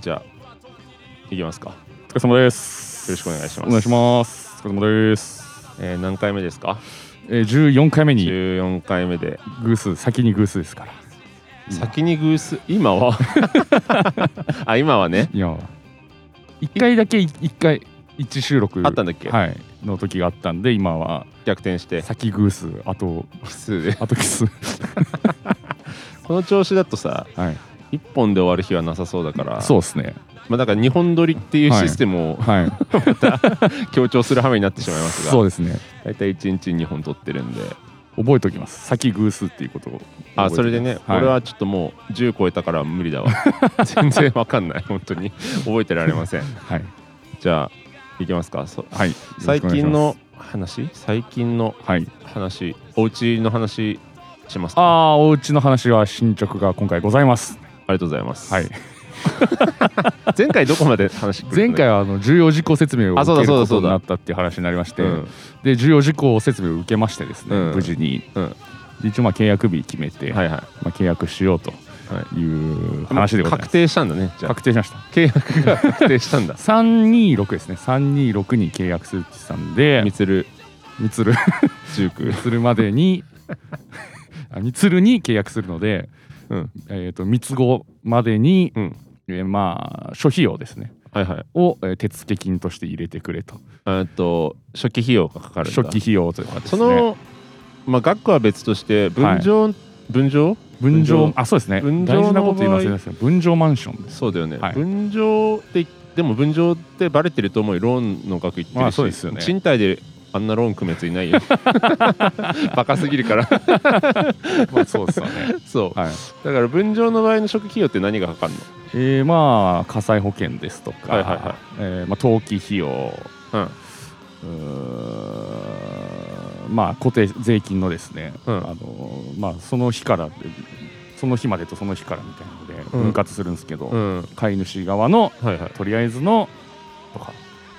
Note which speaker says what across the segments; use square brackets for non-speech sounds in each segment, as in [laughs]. Speaker 1: じゃあいきますか、
Speaker 2: お疲れ様です
Speaker 1: よろしくお願いします
Speaker 2: お願いしますお疲れ様です
Speaker 1: えー、何回目ですか
Speaker 2: えー、14回目に
Speaker 1: 14回目で
Speaker 2: グース先にグースですから
Speaker 1: 先にグース今は [laughs] あ今はね
Speaker 2: いや1回だけ1回1収録
Speaker 1: あったんだっけ
Speaker 2: はいの時があったんで今は
Speaker 1: 逆転して
Speaker 2: 先グースあと
Speaker 1: 奇数
Speaker 2: [laughs]
Speaker 1: で
Speaker 2: あとキス
Speaker 1: この調子だとさ
Speaker 2: はい
Speaker 1: 1本で終わる日はなさそうだから
Speaker 2: そうですね
Speaker 1: まあだから2本撮りっていうシステムを
Speaker 2: はい
Speaker 1: 強調する羽目になってしまいますが、
Speaker 2: そうですね
Speaker 1: 大体1日に2本撮ってるんで
Speaker 2: 覚えておきます先グースっていうことを
Speaker 1: あそれでね、
Speaker 2: 覚えておきます
Speaker 1: 俺はちょっともう10超えたから無理 [laughs] だわ全然わかんない本当に覚えてられません
Speaker 2: はい
Speaker 1: じゃあ行きますかそ
Speaker 2: はい、はい、
Speaker 1: 最近
Speaker 2: よろ
Speaker 1: の
Speaker 2: しく
Speaker 1: 話最近の
Speaker 2: お願いします
Speaker 1: 話お家の話します
Speaker 2: はい
Speaker 1: か
Speaker 2: ああーお家の話は進捗が今回ございます
Speaker 1: ありがとうございます、
Speaker 2: はい
Speaker 1: 前回どこまで話してくれた
Speaker 2: 前
Speaker 1: んだっ
Speaker 2: 回はあの重要事項説明を
Speaker 1: あそう
Speaker 2: 受
Speaker 1: だ
Speaker 2: ける
Speaker 1: そうだそう
Speaker 2: ことに
Speaker 1: だ
Speaker 2: なったっていう話になりまして、
Speaker 1: け
Speaker 2: で重要事項説明を受けましてですね、
Speaker 1: うん
Speaker 2: 無事に、
Speaker 1: うん
Speaker 2: で一応まあ契約日決めて、
Speaker 1: うんはいはい
Speaker 2: まあ、契約しようと
Speaker 1: はい
Speaker 2: いう話でございま
Speaker 1: 確
Speaker 2: す
Speaker 1: 定したんだねじゃあ
Speaker 2: 確定しました
Speaker 1: 契約が確定したん [laughs] だ
Speaker 2: 326ですね326に契約するって言ってたんで
Speaker 1: みつる
Speaker 2: み
Speaker 1: [laughs]
Speaker 2: つる
Speaker 1: 19
Speaker 2: するまでにあみつるに契約するので、
Speaker 1: うん
Speaker 2: えー、とみつごまでに、
Speaker 1: うん
Speaker 2: えーまあ諸費用ですね
Speaker 1: はいはい
Speaker 2: を、えー手付金として入れてくれと
Speaker 1: えっと初期費用がかかるんだ
Speaker 2: 初期費用というかで
Speaker 1: そ
Speaker 2: すね
Speaker 1: の、まあ、額は別として分譲、分譲
Speaker 2: 分
Speaker 1: 分
Speaker 2: 譲
Speaker 1: 譲
Speaker 2: あそうですね
Speaker 1: 分譲
Speaker 2: 大
Speaker 1: の
Speaker 2: 事なこと言い忘れ
Speaker 1: 場合
Speaker 2: ました分譲マンションです
Speaker 1: そうだよね、
Speaker 2: はい
Speaker 1: 分譲ってでも分譲ってバレてると思うよローンの額いってるし、
Speaker 2: まあそうですよね
Speaker 1: 賃貸であんなローン組むやつい
Speaker 2: [laughs]
Speaker 1: ないよバカすぎるから
Speaker 2: まあそうですよね
Speaker 1: そう
Speaker 2: [laughs] はい
Speaker 1: だから分譲の場合の初期費用って何がかかるの
Speaker 2: えーまあ火災保険ですとか、
Speaker 1: はいはいはい
Speaker 2: えーまあ、登記費用
Speaker 1: うん
Speaker 2: うーんまあ固定税金のですね、
Speaker 1: うん
Speaker 2: あのまあ、その日からその日までとその日からみたいなの
Speaker 1: う
Speaker 2: で
Speaker 1: ん
Speaker 2: 分割するんですけど、
Speaker 1: うん
Speaker 2: 飼い主側の
Speaker 1: はいはい
Speaker 2: とりあえずのとか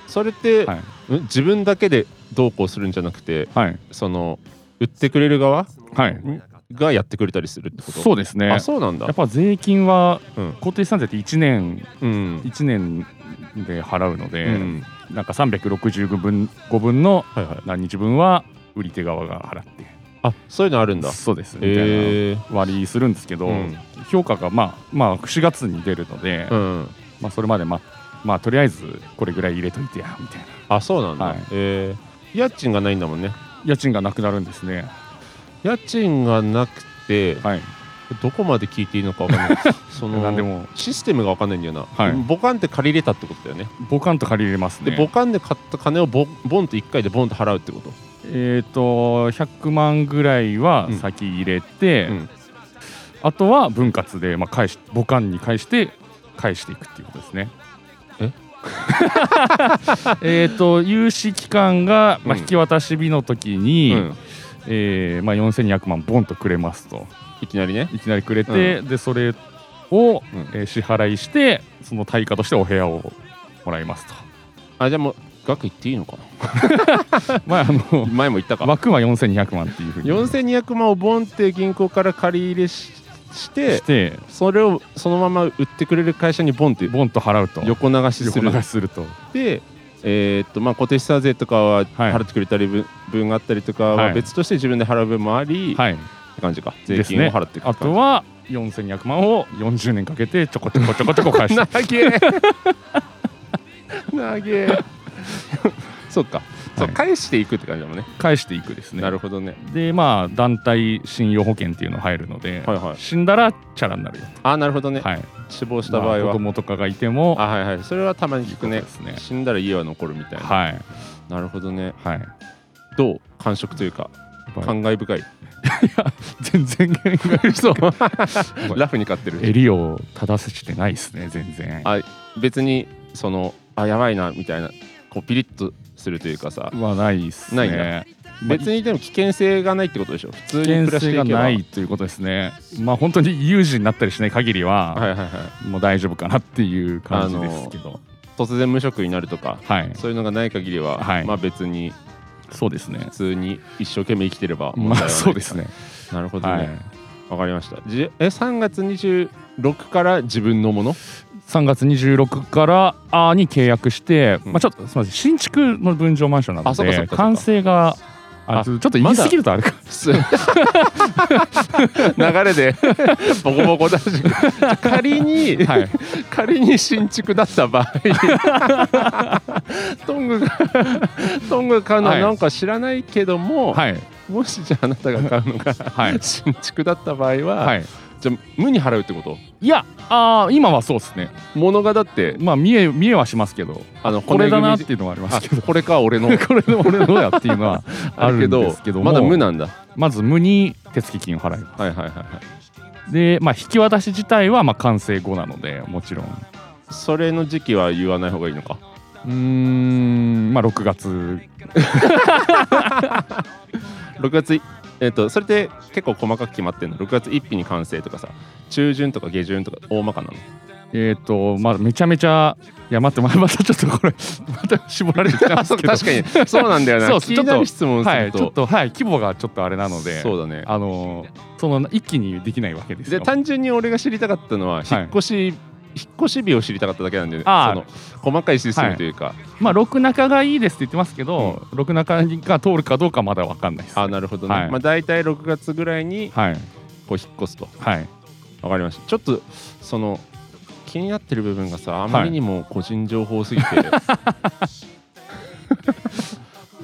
Speaker 1: それって、
Speaker 2: はい、
Speaker 1: ん自分だけでどうこうするんじゃなくて
Speaker 2: はい
Speaker 1: その売ってくれる側
Speaker 2: はい、
Speaker 1: がやってくれたりするってこと
Speaker 2: そううですね
Speaker 1: あそうなんだ
Speaker 2: やっぱ税金は
Speaker 1: うん
Speaker 2: 固定資産税って1年
Speaker 1: うん、
Speaker 2: 1年で払うので、
Speaker 1: うん
Speaker 2: なんか365分5分の
Speaker 1: はいはい
Speaker 2: 何日分は売り手側が払って
Speaker 1: あそういうのあるんだ
Speaker 2: そうですみたいな
Speaker 1: へえ
Speaker 2: 割りするんですけど、
Speaker 1: うん
Speaker 2: 評価がまあまあ4月に出るので、
Speaker 1: うん
Speaker 2: まあ、それまでまあまあとりあえずこれぐらい入れといてやみたいな
Speaker 1: あそうなんだ、
Speaker 2: はい
Speaker 1: えー家賃がないんだもんね
Speaker 2: 家賃がなくなるんですね
Speaker 1: 家賃がなくて
Speaker 2: はい
Speaker 1: どこまで聞いていいのか分か [laughs] んないその
Speaker 2: なんでも
Speaker 1: システムが分かんないんだよな、
Speaker 2: はい
Speaker 1: ボカンって借りれたってことだよね
Speaker 2: ボカンと借りれます
Speaker 1: で
Speaker 2: ね
Speaker 1: ボカンで買った金をボボンと1回でボンと払うってこと
Speaker 2: えっ、と100万ぐらいは
Speaker 1: うん
Speaker 2: 先入れて、
Speaker 1: うん
Speaker 2: あとは分割で、まあ、返しボカンに返して返していくっていうことですね [laughs]
Speaker 1: え
Speaker 2: えっと融資期間が、ま
Speaker 1: う
Speaker 2: あ、
Speaker 1: ん
Speaker 2: 引き渡し日の時に、
Speaker 1: うん
Speaker 2: えーまあ、4200万ボンとくれますと
Speaker 1: いきなりね
Speaker 2: いきなりくれて、でそ
Speaker 1: う
Speaker 2: れを、
Speaker 1: ん
Speaker 2: えー支払いしてその対価としてお部屋をもらいますと [laughs]
Speaker 1: あじゃあもう額いっていいのかな
Speaker 2: まああの
Speaker 1: 前も言ったか
Speaker 2: 枠は4200万っていうふうに
Speaker 1: 4200万をボンって銀行から借り入れしして
Speaker 2: して
Speaker 1: それをそのまま売ってくれる会社にボンって
Speaker 2: ボンと払うと
Speaker 1: 横流しす
Speaker 2: 横
Speaker 1: る
Speaker 2: 流しすると
Speaker 1: で、えーっとまあ、固定資産税とかは
Speaker 2: はい
Speaker 1: 払ってくれたり分,、分があったりとかは
Speaker 2: はい
Speaker 1: 別として自分で払う分もあり、
Speaker 2: はい
Speaker 1: って感じか税
Speaker 2: です
Speaker 1: 金を
Speaker 2: ね
Speaker 1: 払ってく
Speaker 2: あとは4200万を40年かけてちょこちょこちょこちょ
Speaker 1: [laughs]
Speaker 2: こ返して
Speaker 1: 投げ [laughs] 投
Speaker 2: [laughs]
Speaker 1: げそっか、そう
Speaker 2: はい
Speaker 1: 返していくって感じだもんね
Speaker 2: 返していくですね
Speaker 1: なるほどね
Speaker 2: でまあ団体信用保険っていうの入るので、
Speaker 1: はいはい
Speaker 2: 死んだらチャラになるよと、
Speaker 1: あなるほどね、
Speaker 2: はい、
Speaker 1: 死亡した場合
Speaker 2: ま
Speaker 1: は
Speaker 2: あ子、供とかがいても
Speaker 1: あ、はいはいそれはたまに聞く
Speaker 2: い
Speaker 1: ね
Speaker 2: いことですね
Speaker 1: 死んだら家は残るみたいな、
Speaker 2: はい
Speaker 1: なるほどね
Speaker 2: はい
Speaker 1: どう感触というか感慨深
Speaker 2: [laughs]
Speaker 1: い
Speaker 2: 全然
Speaker 1: そう
Speaker 2: い
Speaker 1: [laughs] ラフに買ってる
Speaker 2: 襟を正せてないですね全然
Speaker 1: あ別にそのあやばいなみたいなこうピリッとするというかさ
Speaker 2: はないですね
Speaker 1: ないんだ
Speaker 2: まあ
Speaker 1: 別にでも危険性がないってことでしょ普通に暮
Speaker 2: 危険
Speaker 1: らしてい
Speaker 2: 性
Speaker 1: けば
Speaker 2: がないということですねまあ本当に有事になったりしない限りは、
Speaker 1: はいはいはい
Speaker 2: もう大丈夫かなっていう感じですけど
Speaker 1: 突然無職になるとか
Speaker 2: はい
Speaker 1: そういうのがない限りは、
Speaker 2: はい
Speaker 1: まあ別に
Speaker 2: そうですね
Speaker 1: 普通に一生懸命生きてれば問題は
Speaker 2: ま
Speaker 1: ない
Speaker 2: あそうですね
Speaker 1: なるほどね
Speaker 2: は
Speaker 1: わ、か
Speaker 2: い
Speaker 1: りましたじえ3月26から自分のもの
Speaker 2: 3月26からあーに契約して、
Speaker 1: うん
Speaker 2: まあ、ちょっとすみません新築の分譲マンションなの
Speaker 1: あそうかそう
Speaker 2: で
Speaker 1: かそうか
Speaker 2: 完成があ
Speaker 1: あ
Speaker 2: ちょっと言い過ぎるとあれか、 [laughs]
Speaker 1: す流れでボコボコだし仮に、[laughs]
Speaker 2: [laughs] はい、
Speaker 1: 仮に新築だった場合トングがトングが買うのは
Speaker 2: はい
Speaker 1: なんか知らないけども、
Speaker 2: はい
Speaker 1: もしじゃああなたが買うのが
Speaker 2: はい
Speaker 1: 新築だった場合は、
Speaker 2: はい
Speaker 1: じゃあ無に払うってこと
Speaker 2: いやあー今はそうですね
Speaker 1: 物がだって
Speaker 2: まあ見え見えはしますけど
Speaker 1: あの
Speaker 2: これだなっ
Speaker 1: 骨
Speaker 2: ていうのはありま
Speaker 1: 組み
Speaker 2: すけど
Speaker 1: あこれか俺の
Speaker 2: [laughs] これの俺のだっていう
Speaker 1: [laughs]
Speaker 2: のはあるんですけども
Speaker 1: まだ無なんだ
Speaker 2: まず無に手付金を払いま
Speaker 1: はいはいはいはい
Speaker 2: すで、まあ、引き渡し自体はまあ完成後なのでもちろんう
Speaker 1: それの時期は言わない方がいいのか
Speaker 2: ーんまあ6月
Speaker 1: 6月いえっとそれって結構細かく決まってるの6月1日に完成とかさ中旬とか下旬とか大まかなの
Speaker 2: えっ、とまあめちゃめちゃいや待ってままたちょっとこれ [laughs] また絞られてきたんです
Speaker 1: そう
Speaker 2: けど
Speaker 1: [laughs] 確かにそうなんだよな
Speaker 2: そう
Speaker 1: 気になる質問す
Speaker 2: は
Speaker 1: る
Speaker 2: い
Speaker 1: と,、
Speaker 2: ちょっとはい規模がちょっとあれなので
Speaker 1: そうだね
Speaker 2: あのその一気にできないわけです
Speaker 1: で
Speaker 2: よ
Speaker 1: 単純に俺が知りたかったのは
Speaker 2: はい
Speaker 1: 引っ越し、引っ越し日を知りたかっただけなんで、ね、そ
Speaker 2: あ
Speaker 1: の
Speaker 2: ー
Speaker 1: 細かいシステムというか、
Speaker 2: まあ6中がいいですって言ってますけど、六中が通るかどうかまだわかんないです
Speaker 1: あなるほどね、
Speaker 2: はい
Speaker 1: まあ大体6月ぐらいに
Speaker 2: はい
Speaker 1: こう引っ越すと
Speaker 2: はい
Speaker 1: わかりましたちょっとその気になってる部分がさあまりにも個人情報すぎて、 [laughs]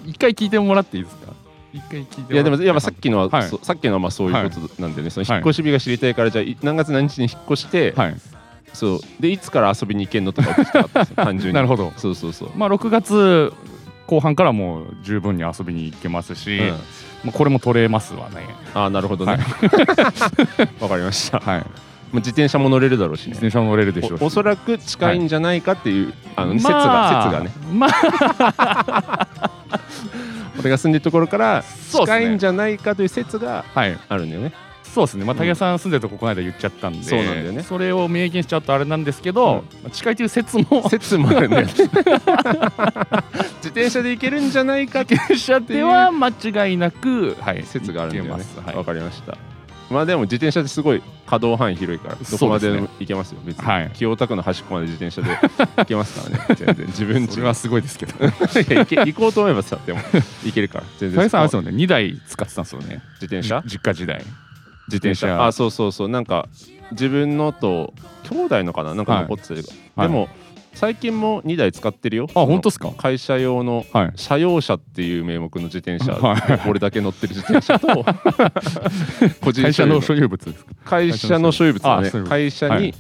Speaker 2: 一回聞いてもらっていいですか一回聞いて
Speaker 1: いやでもやっぱさっきのは、
Speaker 2: はい
Speaker 1: そさっきのはまあそういうことなんでね、その
Speaker 2: はい
Speaker 1: 引っ越し日が知りたいからじゃあい何月何日に引っ越して、
Speaker 2: はい
Speaker 1: そうでいつから遊びに行けんのとか聞きたかったんですよ単純に
Speaker 2: [laughs] なるほど
Speaker 1: そうそうそう、
Speaker 2: まあ6月後半からもう十分に遊びに行けますし、
Speaker 1: うん
Speaker 2: まあ、これも取れますわね
Speaker 1: ああなるほどね
Speaker 2: はい
Speaker 1: [laughs] わかりましたも
Speaker 2: はい
Speaker 1: あ自転車も乗れるだろうし
Speaker 2: 自
Speaker 1: ね
Speaker 2: 転車も乗れるでしょうし
Speaker 1: おおそらく近いんじゃないかっていう、あの説が、
Speaker 2: まあ
Speaker 1: 説がね
Speaker 2: まあ
Speaker 1: 俺が住んでるところから
Speaker 2: そうです
Speaker 1: 近
Speaker 2: ね
Speaker 1: いんじゃないかという説が
Speaker 2: はい
Speaker 1: あるんだよ
Speaker 2: [laughs]
Speaker 1: ね
Speaker 2: そうですねまあ武井さん住んでるとここの間言っちゃったんで
Speaker 1: そうなんだよね
Speaker 2: それを明言しちゃうとあれなんですけど、まあ近いという
Speaker 1: [laughs]
Speaker 2: 説も [laughs]
Speaker 1: 説もあるんだよね [laughs] 自転車で行けるんじゃないかっていう
Speaker 2: 社では間違いなく、はい、
Speaker 1: 説があるんだよ
Speaker 2: い
Speaker 1: ね
Speaker 2: けます
Speaker 1: わ、
Speaker 2: はい
Speaker 1: かりましたまあでも自転車ってすごい可動範囲広いからどこまで
Speaker 2: [laughs]
Speaker 1: で
Speaker 2: そうです
Speaker 1: も行けますよ別に、
Speaker 2: はい
Speaker 1: 清田区の端っこまで自転
Speaker 2: [laughs]
Speaker 1: 車で行けますからね全然自分
Speaker 2: そ
Speaker 1: ち
Speaker 2: れはすごいですけど
Speaker 1: いや行け行こうと思えばさでも行けるから全
Speaker 2: 武
Speaker 1: 然
Speaker 2: 井さんあれですよね2台使ってたんですよね
Speaker 1: 自転車
Speaker 2: じ実家時代
Speaker 1: 自転
Speaker 2: 自転
Speaker 1: 車
Speaker 2: 車
Speaker 1: あそうそうそうなんか自分のと兄弟のかななんか残ってたりとか、
Speaker 2: はい
Speaker 1: でも、最近も2台使ってるよ
Speaker 2: あ本当ですか
Speaker 1: 会社用の
Speaker 2: はい
Speaker 1: 車用車っていう名目の自転車、
Speaker 2: はい
Speaker 1: 俺だけ乗ってる自転車と個人
Speaker 2: 会社
Speaker 1: 所有
Speaker 2: の
Speaker 1: の
Speaker 2: 所有物ですか
Speaker 1: 会社の所有物だね
Speaker 2: あそういうこと
Speaker 1: 会社に、
Speaker 2: はい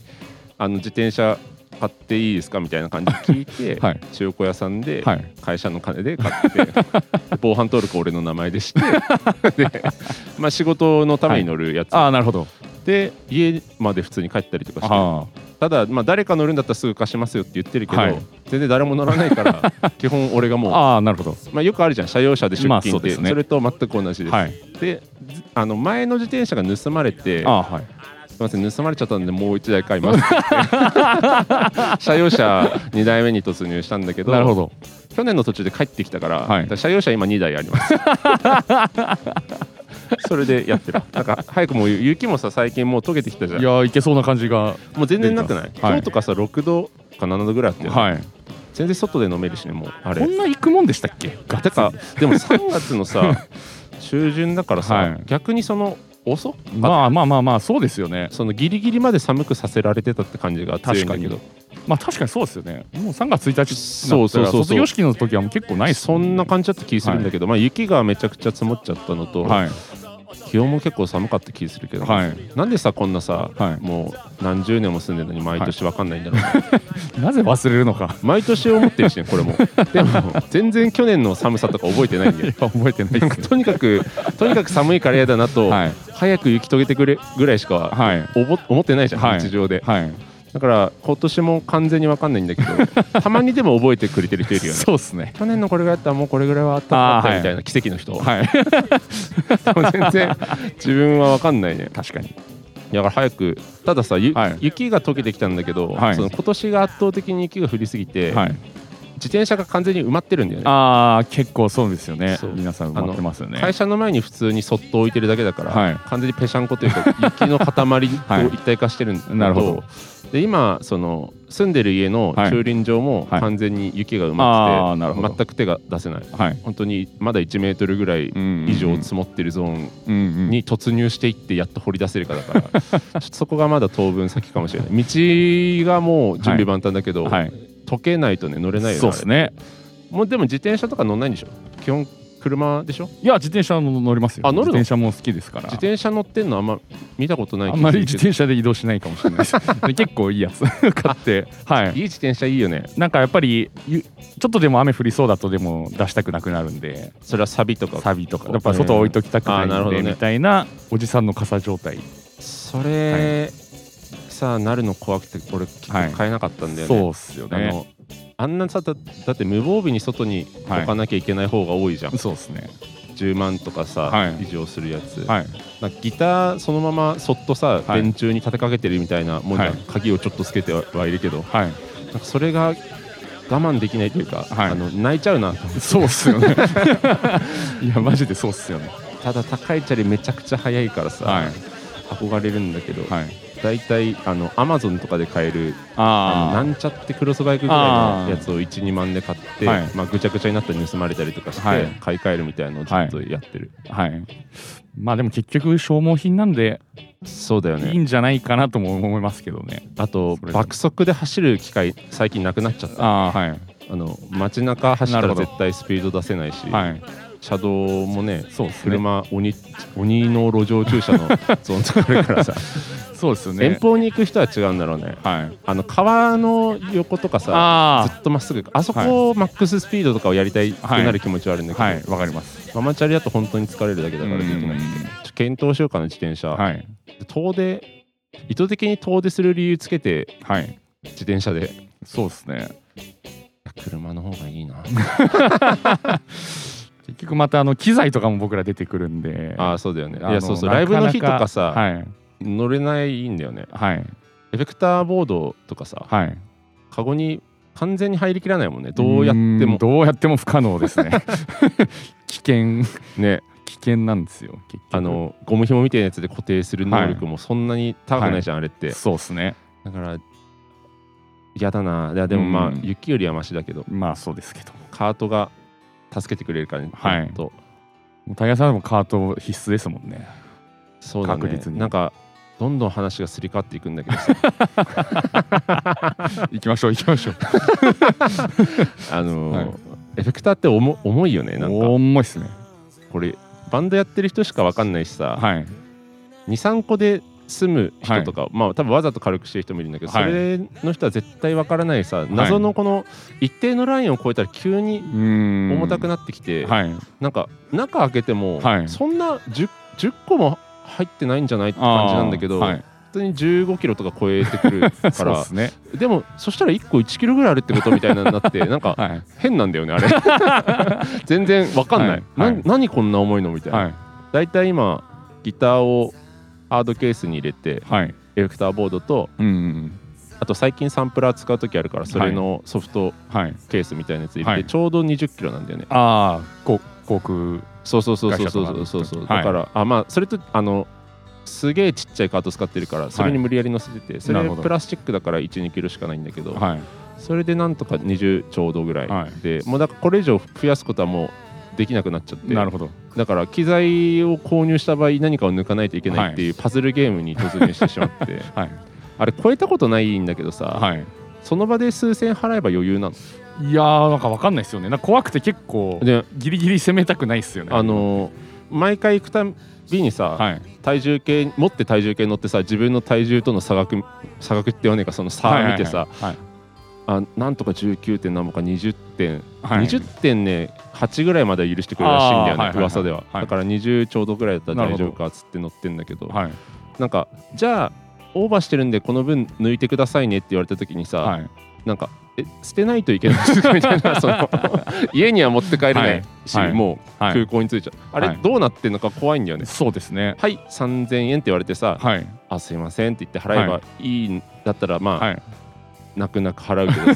Speaker 1: あの自転車買っていいですかみたいな感じで聞いて、
Speaker 2: [laughs] はい
Speaker 1: 中古屋さんで
Speaker 2: はい
Speaker 1: 会社の金で買っ
Speaker 2: [laughs]
Speaker 1: て、防犯登録俺の名前でしてで、まあ、仕事のために乗るやつ
Speaker 2: ああなるほど
Speaker 1: で家まで普通に帰ったりとかして
Speaker 2: あ
Speaker 1: ただ、まあ、誰か乗るんだったらすぐ貸しますよって言ってるけど、
Speaker 2: はい
Speaker 1: 全然誰も乗らないから
Speaker 2: [laughs]
Speaker 1: 基本俺がもう
Speaker 2: ーあーなるほど
Speaker 1: まあ、よくあるじゃん車用車で出
Speaker 2: ま
Speaker 1: 勤っ
Speaker 2: あ
Speaker 1: て、
Speaker 2: そう
Speaker 1: そ
Speaker 2: ですね
Speaker 1: れと全く同じです、
Speaker 2: はい
Speaker 1: でずあの前の自転車が盗まれて
Speaker 2: あーはい
Speaker 1: すみません盗まれちゃったんでもう1台買いますって言って
Speaker 2: [laughs]
Speaker 1: 車用車2台目に突入したんだけど
Speaker 2: なるほど
Speaker 1: 去年の途中で帰ってきたから,、
Speaker 2: はい
Speaker 1: 車用車今2台あり
Speaker 2: [laughs]
Speaker 1: ますそれでやってるなんか早くもう雪もさ最近もう溶けてきたじゃん
Speaker 2: いやーいけそうな感じが
Speaker 1: もう全然なくない、
Speaker 2: 出てきますは
Speaker 1: 今
Speaker 2: い
Speaker 1: 日とかさ6度か7度ぐらいあって、
Speaker 2: はい
Speaker 1: 全然外で飲めるしねもうあれ
Speaker 2: こんな行くもんでしたっけガ
Speaker 1: てかでも3月の
Speaker 2: [laughs]
Speaker 1: さ中旬だからさ、
Speaker 2: はい
Speaker 1: 逆にその遅
Speaker 2: まあまあまあまあそうですよね
Speaker 1: そのギリギリまで寒くさせられてたって感じが強いんだけど
Speaker 2: 確まあ確かにそうですよねもう3月1日に
Speaker 1: そ
Speaker 2: な
Speaker 1: う
Speaker 2: っ
Speaker 1: そ
Speaker 2: た
Speaker 1: う
Speaker 2: ら
Speaker 1: そうそう
Speaker 2: 卒業式の時はもう結構ないっす
Speaker 1: そんな感じだった気するんだけど、まあ、雪がめちゃくちゃ積もっちゃったのと、
Speaker 2: はい
Speaker 1: 気温も結構寒かった気するけど、
Speaker 2: はい
Speaker 1: なんでさこんなさ、
Speaker 2: はい
Speaker 1: もう何十年も住んでるのに毎年わかんないんだろう、
Speaker 2: [laughs] なぜ忘れるのか
Speaker 1: 毎年思ってるしねこ
Speaker 2: [laughs]
Speaker 1: れもでも全然去年の寒さとか覚えてないんだよ
Speaker 2: いや覚えてない
Speaker 1: なん
Speaker 2: で
Speaker 1: か
Speaker 2: すね
Speaker 1: とにかくとにかく寒いから嫌だなと、
Speaker 2: はい
Speaker 1: 早く雪解けてくれぐらいしか
Speaker 2: はい
Speaker 1: おぼ思ってないじゃん、
Speaker 2: はい
Speaker 1: 日常で、
Speaker 2: はい
Speaker 1: だから今年も完全に分かんないんだけ
Speaker 2: [laughs]
Speaker 1: どたまにでも覚えてくれてる人いるよね
Speaker 2: そうですね
Speaker 1: 去年のこれぐらいだったらもうこれぐらいはあったんだ
Speaker 2: あーはい
Speaker 1: みたいな奇跡の人、
Speaker 2: はい
Speaker 1: でも全然自分は分かんないね
Speaker 2: 確かに
Speaker 1: だから早くたださ、ゆ
Speaker 2: はい
Speaker 1: 雪が溶けてきたんだけど、
Speaker 2: はい
Speaker 1: その今年が圧倒的に雪が降りすぎて、
Speaker 2: はい
Speaker 1: 自転車が完全に埋まってるんだよね
Speaker 2: ああ結構そうですよね
Speaker 1: そう
Speaker 2: 皆さん埋まってますよね
Speaker 1: 会社の前に普通にそっと置いてるだけだから、
Speaker 2: はい
Speaker 1: 完全にぺしゃんこというか雪の塊
Speaker 2: はい
Speaker 1: と一体化してるんだけど
Speaker 2: なるほど
Speaker 1: で今その住んでる家の
Speaker 2: はい
Speaker 1: 駐輪場も
Speaker 2: はい
Speaker 1: 完全に雪が埋
Speaker 2: あーな
Speaker 1: まっ
Speaker 2: る
Speaker 1: て
Speaker 2: ほ
Speaker 1: て、全
Speaker 2: ど
Speaker 1: く手が出せない
Speaker 2: はい
Speaker 1: 本当にまだ1メートルぐらい以上積もってるゾーン
Speaker 2: に
Speaker 1: に突入していってやっと掘り出せるかだからちょ
Speaker 2: [laughs]
Speaker 1: っとそこがまだ当分先かもしれない道がもう準備万端だけど、
Speaker 2: はい
Speaker 1: 溶けないとね乗れないよ
Speaker 2: そうですね
Speaker 1: もうでも自転車とか乗んないんでしょ基本車でしょ
Speaker 2: いや自転車も乗りますよ
Speaker 1: あ乗るの
Speaker 2: 自転車も好きですから
Speaker 1: 自転車乗ってんのあんま見たことない
Speaker 2: あ
Speaker 1: 気
Speaker 2: んま
Speaker 1: がす
Speaker 2: り
Speaker 1: る
Speaker 2: 自
Speaker 1: けど
Speaker 2: 転車で移動しないかもしれ
Speaker 1: [laughs]
Speaker 2: ないですで結構いいやつ買ってはい
Speaker 1: いい自転車いいよね
Speaker 2: なんかやっぱりゆちょっとでも雨降りそうだとでも出したくなくなるんで
Speaker 1: それはサビとか
Speaker 2: サビとかやっぱ外置いときたくない
Speaker 1: あなる
Speaker 2: ん
Speaker 1: ほど
Speaker 2: で
Speaker 1: ね
Speaker 2: みたいなおじさんの傘状態
Speaker 1: それ、さあなるの怖くて俺結
Speaker 2: は
Speaker 1: 構
Speaker 2: い
Speaker 1: 買えなかったんだよね、
Speaker 2: そうっすよ
Speaker 1: あ
Speaker 2: ね
Speaker 1: のあんなさだだって無防備に外に
Speaker 2: はい
Speaker 1: 置かなきゃいけない方が多いじゃん、
Speaker 2: そうっすね
Speaker 1: 10万とかさ、
Speaker 2: はい
Speaker 1: 以上するやつ、
Speaker 2: はい
Speaker 1: なんかギターそのままそっとさ、
Speaker 2: はい
Speaker 1: 電柱に立てかけてるみたいなもんじゃん、
Speaker 2: はい
Speaker 1: 鍵をちょっとつけてはいるけど
Speaker 2: はい
Speaker 1: なんかそれが我慢できないというか、
Speaker 2: はい
Speaker 1: あの泣いちゃうな
Speaker 2: そうっす
Speaker 1: [laughs]
Speaker 2: よねいやマジでそうっすよね
Speaker 1: ただ高いチャリめちゃくちゃ速いからさ、
Speaker 2: はい
Speaker 1: 憧れるんだけど、
Speaker 2: はい
Speaker 1: 大体あのアマゾンとかで買えるあのな
Speaker 2: あ
Speaker 1: んちゃってクロスバイクぐらいのやつを12万で買って、
Speaker 2: はい
Speaker 1: まあ、ぐちゃぐちゃになったら盗まれたりとかして、
Speaker 2: はい
Speaker 1: 買い替えるみたいなのをずっとやってる、
Speaker 2: あはいまあでも結局消耗品なんで
Speaker 1: そうだよ
Speaker 2: いい
Speaker 1: ね
Speaker 2: んじゃないかなとも思いますけどね
Speaker 1: あと
Speaker 2: それ
Speaker 1: 爆速で走る機会最近なくなっちゃったあ
Speaker 2: ああはい
Speaker 1: の街中走った
Speaker 2: な
Speaker 1: ら
Speaker 2: るほど
Speaker 1: 絶対スピード出せないし、
Speaker 2: はい
Speaker 1: 車道もね
Speaker 2: そうっすね
Speaker 1: 車鬼鬼の路上駐車の [laughs] ゾーンとかあるからさ、
Speaker 2: そうですよね
Speaker 1: 遠方に行く人は違うんだろうね
Speaker 2: はい
Speaker 1: あの川の横とかさず
Speaker 2: あ
Speaker 1: っとまっすぐあそこをマックススピードとかをやりたいくなる気持ちはあるんだけ
Speaker 2: あ
Speaker 1: ど、
Speaker 2: はいわかります
Speaker 1: ママチャリだと本当に疲れるだけだからできないんで
Speaker 2: う
Speaker 1: ちょ
Speaker 2: ん
Speaker 1: っと検討しようかな自転車、
Speaker 2: はい
Speaker 1: 遠出意図的に遠出する理由つけて
Speaker 2: はい
Speaker 1: 自転車で
Speaker 2: そうですね
Speaker 1: 車の方がいいな
Speaker 2: 結局またあの機材とかも僕ら出てくるんで
Speaker 1: ああそうだよねい
Speaker 2: あの
Speaker 1: やそうそう
Speaker 2: な
Speaker 1: ラ
Speaker 2: か
Speaker 1: イ
Speaker 2: なか
Speaker 1: ブの日とかさ、
Speaker 2: はい
Speaker 1: 乗れないんだよね
Speaker 2: はい
Speaker 1: エフェクターボードとかさ
Speaker 2: はい
Speaker 1: カゴに完全に入りきらないもんねどうやって
Speaker 2: うーん
Speaker 1: も
Speaker 2: どうやっても不可能で
Speaker 1: [laughs]
Speaker 2: すね危険
Speaker 1: ね
Speaker 2: 危険なんですよ結局
Speaker 1: あのゴム紐みたいなやつで固定する能力もそんなに高くないじゃん、あれって
Speaker 2: そうですね
Speaker 1: だから嫌だないやでもまあ
Speaker 2: うん
Speaker 1: 雪よりはマシだけど
Speaker 2: まあそうですけど
Speaker 1: カートが助けてくれるからね、
Speaker 2: はい
Speaker 1: ほんと
Speaker 2: もうタイヤさんもカート必須ですも
Speaker 1: [laughs]
Speaker 2: んね
Speaker 1: そうだね
Speaker 2: 確実に
Speaker 1: なんかどんどん話がすり替わっていくんだけど
Speaker 2: [laughs]
Speaker 1: さ
Speaker 2: 行きましょう行きましょう
Speaker 1: あのー
Speaker 2: はい
Speaker 1: エフェクターって重重いよねなんか
Speaker 2: 重いっすね
Speaker 1: これバンドやってる人しかわかんないしさ、
Speaker 2: はい
Speaker 1: 23個で済む人とか、まあ多分わざと軽くしてる人もいるんだけど、
Speaker 2: はい
Speaker 1: それの人は絶対わからないさ謎のこの一定のラインを超えたら急に
Speaker 2: うーん
Speaker 1: 重たくな
Speaker 2: な
Speaker 1: ってきて、
Speaker 2: はい
Speaker 1: なんか中開けても、
Speaker 2: はい
Speaker 1: そんな 10, 10個も入ってないんじゃないって感じなんだけど、
Speaker 2: あーはい、
Speaker 1: 本当に15キロとか超えてくるか
Speaker 2: [laughs] そう
Speaker 1: ら
Speaker 2: ですね
Speaker 1: でもそしたら1個1キロぐらいあるってことみたいなのになって
Speaker 2: [laughs]
Speaker 1: なんか
Speaker 2: はい
Speaker 1: 変なんだよねあれ [laughs] 全然わかんない、
Speaker 2: はいはい
Speaker 1: な何こんな重いのみたいな、
Speaker 2: はい
Speaker 1: だいたい今ギターをハードケースに入れて
Speaker 2: はい
Speaker 1: エフェクターボードと
Speaker 2: うんうん
Speaker 1: あと最近サンプラー使う時あるからそれのソフト
Speaker 2: はい
Speaker 1: ケースみたいなやつ入れて、
Speaker 2: はい
Speaker 1: ちょうど20キロなんだよね
Speaker 2: ああ航空
Speaker 1: そうそうそうそうそう
Speaker 2: ガシャと
Speaker 1: そ
Speaker 2: な
Speaker 1: うそうそう、
Speaker 2: はい
Speaker 1: だからあまあそれとあのすげえちっちゃいカート使ってるからそれに無理やり乗せてて、そ
Speaker 2: な
Speaker 1: れ
Speaker 2: るほど
Speaker 1: プラスチックだから12キロしかないんだけど、
Speaker 2: はい
Speaker 1: それでなんとか20ちょうどぐらい、
Speaker 2: はい
Speaker 1: でもうだからこれ以上増やすことはもうできなくなっちゃって
Speaker 2: なるほど
Speaker 1: だから機材を購入した場合何かを抜かないといけないっていうパズルゲームに突入してしまって、
Speaker 2: [laughs] はい
Speaker 1: あれ超えたことないんだけどさ、
Speaker 2: はい
Speaker 1: その場で数千払えば余裕なの。
Speaker 2: いやーなんかわかんないですよねなんか怖くて結構
Speaker 1: で
Speaker 2: ギリギリ攻めたくないっすよね
Speaker 1: あのー毎回行くたびにさ、
Speaker 2: はい
Speaker 1: 体重計持って体重計乗ってさ自分の体重との差額差額って言わねえかその差を見てさ、
Speaker 2: はい
Speaker 1: あなんとか19点なのか20点、
Speaker 2: はい
Speaker 1: 20点ね8ぐらいまでは許してくれるらしいんだよね、
Speaker 2: あーはいはいはい
Speaker 1: 噂では、
Speaker 2: はい
Speaker 1: だから20ちょうどぐらいだったら
Speaker 2: な
Speaker 1: 大
Speaker 2: るほ
Speaker 1: 丈
Speaker 2: ど
Speaker 1: 夫かっつって乗ってんだけどな
Speaker 2: はい
Speaker 1: んかじゃあオーバーしてるんでこの分抜いてくださいねって言われた時にさ、
Speaker 2: はい
Speaker 1: なんかえ捨てないといけないんですかみたいなそ
Speaker 2: [laughs]
Speaker 1: の家には持って帰れないし、
Speaker 2: はいはい
Speaker 1: もう
Speaker 2: はい
Speaker 1: 空港に着いちゃう、あ
Speaker 2: は
Speaker 1: れ
Speaker 2: い
Speaker 1: どうなってんのか怖いんだよね
Speaker 2: そうですね
Speaker 1: はい、3000円って言われてさ、
Speaker 2: はい
Speaker 1: あすいませんって言って払えば
Speaker 2: はい
Speaker 1: いんだったらまあ、
Speaker 2: はい
Speaker 1: 泣く泣く払うけど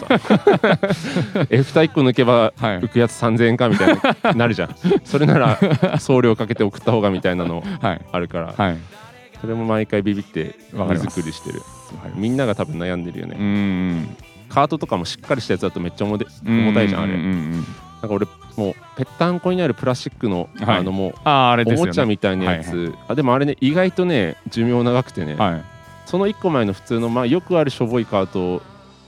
Speaker 1: さ
Speaker 2: [laughs]
Speaker 1: F タ1個抜けば
Speaker 2: はい
Speaker 1: 浮くやつ3000円かみたいになる
Speaker 2: [laughs]
Speaker 1: じゃんそれなら送料かけて送った方がみたいなの
Speaker 2: はい
Speaker 1: あるから
Speaker 2: はい
Speaker 1: それも毎回ビビって
Speaker 2: わか
Speaker 1: 荷
Speaker 2: ります
Speaker 1: 造りしてる
Speaker 2: に入ります
Speaker 1: みんなが多分悩んでるよね、
Speaker 2: うんうん
Speaker 1: カートとかもしっかりしたやつだとめっちゃ重で
Speaker 2: うん
Speaker 1: 重たいじゃんあれ、
Speaker 2: ううん
Speaker 1: なんか俺もうぺったんこになるプラスチックの、
Speaker 2: はい
Speaker 1: あのもう
Speaker 2: あああれで
Speaker 1: お
Speaker 2: すよ
Speaker 1: も
Speaker 2: ね
Speaker 1: ちゃみたいなやつ、
Speaker 2: はい
Speaker 1: あでもあれね意外とね寿命長くてね、
Speaker 2: はい
Speaker 1: その1個前の普通の、まあ、よくあるしょぼいカート